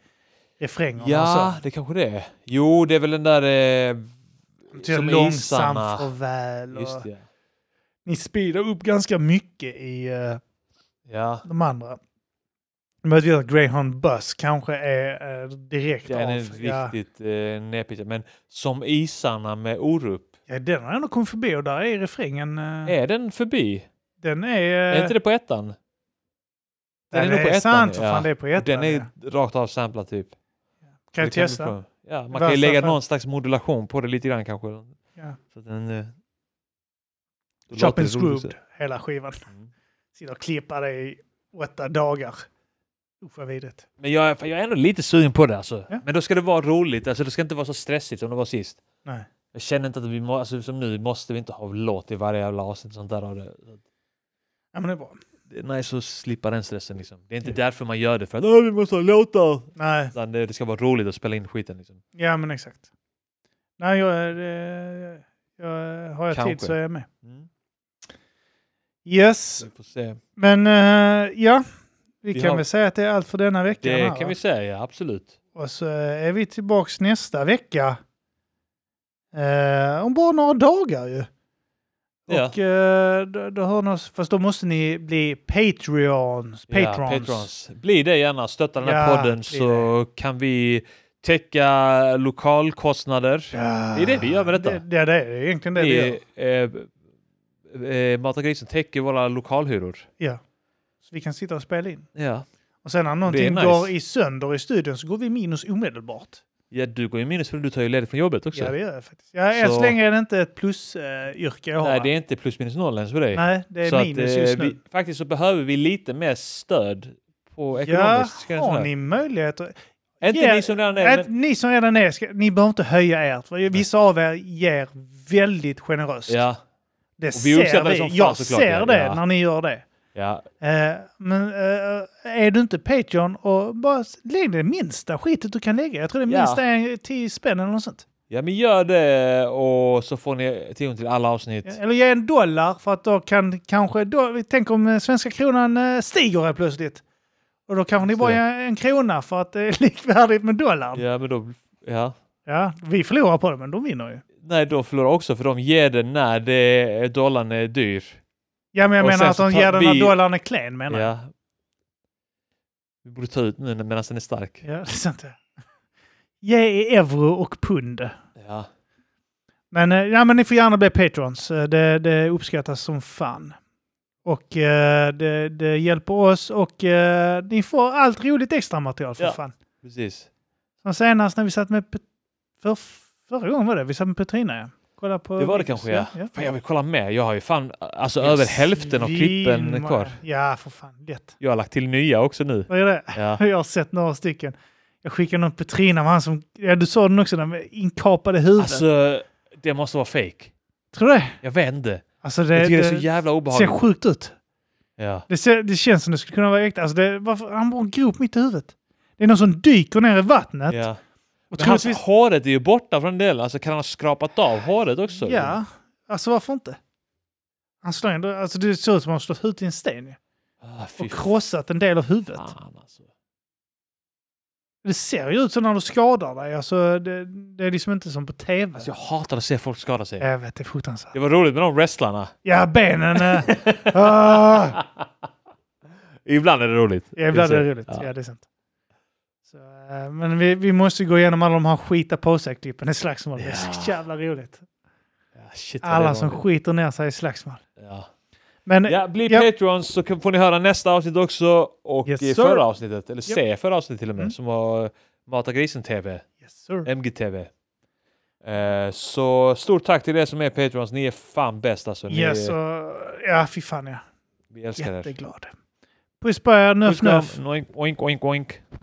B: refrängerna.
A: Ja,
B: och
A: det kanske det är. Jo, det är väl den där... Eh,
B: så. Till
A: som
B: långsamt
A: isarna.
B: och väl. Och...
A: just det.
B: Ni speedar upp ganska mycket i eh,
A: Ja,
B: de andra. Men jag vet att Greyhound Bus kanske är eh, direkt
A: den är
B: av. Ja,
A: riktigt eh, nepig. Men som isarna med Orup.
B: ja, den har ändå kommit förbi och där är refrängen... eh,
A: Är den förbi?
B: Den är... eh,
A: Är inte det på ettan? Den
B: den
A: nog
B: är,
A: på ettan,
B: sant för
A: ja.
B: fan det är på
A: Och
B: ettan.
A: den
B: ja.
A: är rakt av samplad typ.
B: Kan jag
A: Det vi
B: testa?
A: prova. Ja, man
B: Värsta
A: kan ju lägga
B: fall.
A: någon slags modulation på det lite grann kanske.
B: Ja.
A: Så att den... eh, då
B: Chop
A: låter
B: and
A: det roligt
B: screwed,
A: så.
B: eh, hela skivan.
A: Mm.
B: sitta och klippa dig i åtta dagar. Usch vad vidrigt.
A: Men jag, är- fan, jag är ändå lite sugen på det alltså.
B: Ja.
A: Men då ska det vara roligt, alltså det ska inte vara så stressigt som det var sist.
B: Nej.
A: Jag känner inte att vi må, alltså, som nu måste vi inte ha låt i varje jävla avsnitt. Sånt där. Och det,
B: Ja men det är bra.
A: det är nice att slippa den stressen. Liksom. Det är inte därför man gör det, för att "Åh, vi måste ha låtar.
B: Nej,
A: Utan det, det ska vara roligt att spela in skiten. Liksom.
B: ja men exakt. Nej, jag, är, eh, jag, har jag tid
A: Kanske.
B: så är jag med.
A: Mm.
B: Yes,
A: Vi får se.
B: men eh, ja. Vi,
A: Mm. Vi
B: kan
A: har-
B: väl säga att det är allt för denna vecka.
A: Det
B: här,
A: kan
B: va?
A: vi säga, ja, absolut.
B: Och så är vi tillbaks nästa vecka. Eh, om bara några dagar ju.
A: Ja.
B: Och eh, då, då hör ni oss, fast då måste ni bli Patreons. Patrons.
A: Ja, patrons. Bli det gärna, stötta den här
B: Ja, bli
A: podden så kan vi täcka lokalkostnader.
B: Ja.
A: Det är det vi gör med detta.
B: Det, det, det är egentligen det vi gör.
A: Vi, eh, eh, Mata grisen täcker våra lokalhyror.
B: Ja. Så vi kan sitta och spela in.
A: Ja.
B: Och sen när någonting
A: nice.
B: går i sönder i studion så går vi minus omedelbart.
A: ja, du går ju minus för du tar ju ledigt från jobbet också.
B: Ja, det gör jag faktiskt. Ja, än så
A: Så-
B: länge är det inte ett plusyrke jag har.
A: Nej, det är inte plus minus noll ens för dig.
B: Nej, det är
A: så
B: minus
A: att, eh,
B: just nu.
A: Vi, faktiskt så behöver vi lite mer stöd på
B: ja,
A: ekonomiskt. ska jag säga.
B: har ni möjligheter?
A: Inte
B: Ja,
A: ni som redan är,
B: Att
A: men,
B: ni som redan är, ska, ni behöver inte höja ert. För Vissa av er ger väldigt generöst.
A: ja,
B: Det
A: Och vi
B: ser
A: uppskattar det
B: vi.
A: som fan
B: Jag
A: såklart, ja.
B: ser det
A: Ja.
B: när ni gör det.
A: ja,
B: Eh, men eh, är du inte Patreon och bara s- lägg det minsta skitet du kan lägga. Jag tror det
A: Ja.
B: minsta är 10 spänn eller något sånt.
A: ja, men gör det och så får ni tillgång till alla avsnitt.
B: Eller ge en dollar för att då kan kanske, då, tänk om eh, svenska kronan eh, stiger helt plötsligt. Och då kanske ni bara
A: Så.
B: ger en krona för att det är <laughs> likvärdigt med dollarn. Ja.
A: Ja, men då, ja.
B: vi förlorar på det men de vinner ju.
A: Nej, då förlorar jag också för de ger det när det, dollarn är dyr.
B: Ja men jag
A: Och sen
B: menar att
A: så
B: de
A: tar
B: ger den
A: vi-
B: när dollarn är klen menar jag.
A: Ja. Vi borde ta ut nu medan den är stark.
B: Ja, <laughs> det är sant. Ge i euro och pund.
A: Ja.
B: Men, eh, ja, men ni får gärna bli patrons. Eh, Det, det uppskattas som fan. Och eh, det, det hjälper oss och eh, ni får allt roligt extra material för
A: Ja.
B: fan.
A: Precis.
B: Som senast när vi satt med... Pet- För, förra gången var det, vi satt med Petrina ja. Kolla på
A: Det var det kanske ja.
B: ja.
A: Fan, jag vill kolla mer. Jag har ju fan alltså över hälften av klippen
B: Svin-
A: kvar.
B: Ja, för fan. Lätt.
A: Jag har lagt till nya också nu.
B: Vad är det? <laughs>
A: Ja.
B: Jag har sett några stycken. Jag skickade någon Petrina med han som... Ja, du såg den också, den med inkapade huvudet.
A: Alltså, det måste vara fake.
B: Tror du det?
A: Jag vet inte.
B: Alltså det,
A: Jag tycker det
B: det,
A: är så jävla
B: ser
A: obehagligt.
B: sjukt ut.
A: Ja.
B: Det, ser, det känns som det skulle kunna vara äkta. Alltså det, varför, han bara en grop mitt i huvudet. Det är någon som dyker ner i vattnet.
A: ja.
B: och
A: Men hans
B: troligtvis...
A: håret är ju borta från den Alltså kan han ha skrapat av håret också?
B: Ja, alltså varför inte? Han slår ändå, alltså det ser ut som att han slått ut i en sten ju.
A: Ah, fy
B: och krossat en del av huvudet.
A: fan alltså.
B: Det ser ju ut som när du skadar dig. Alltså det, det är liksom inte som på tv.
A: alltså. Jag hatar att se folk skada sig.
B: jag vet, det är fruktansvärt.
A: Det var roligt med de wrestlarna.
B: Ja, benen. eh,
A: <laughs>
B: ah,
A: Ibland är det roligt.
B: ja, ibland är det roligt.
A: Ja.
B: Ja, det är sant. Så, eh, men vi, vi måste gå igenom alla de här skita påsäklippen i slagsmål. Det är så
A: Ja.
B: jävla roligt.
A: Ja, shit, vad det
B: Alla
A: var
B: som
A: roligt.
B: skiter ner sig i slagsmål.
A: Ja.
B: Men
A: Ja, bli
B: Ja.
A: Patreons så kan- får ni höra nästa avsnitt också och
B: Yes,
A: eh,
B: sir.
A: förra avsnittet, eller
B: Japp.
A: se förra avsnittet till och med,
B: Mm.
A: som var eh, Mata Grisen TV,
B: yes, sir.
A: MGTV. Eh, så stort tack till er som är Patreons, ni är fan bäst alltså. Ni,
B: Yes, och, ja, fy fan ja.
A: vi älskar er.
B: Jätteglad. Puss på er, nöff
A: Puss, kram.
B: nöff.
A: Oink, oink, oink, oink.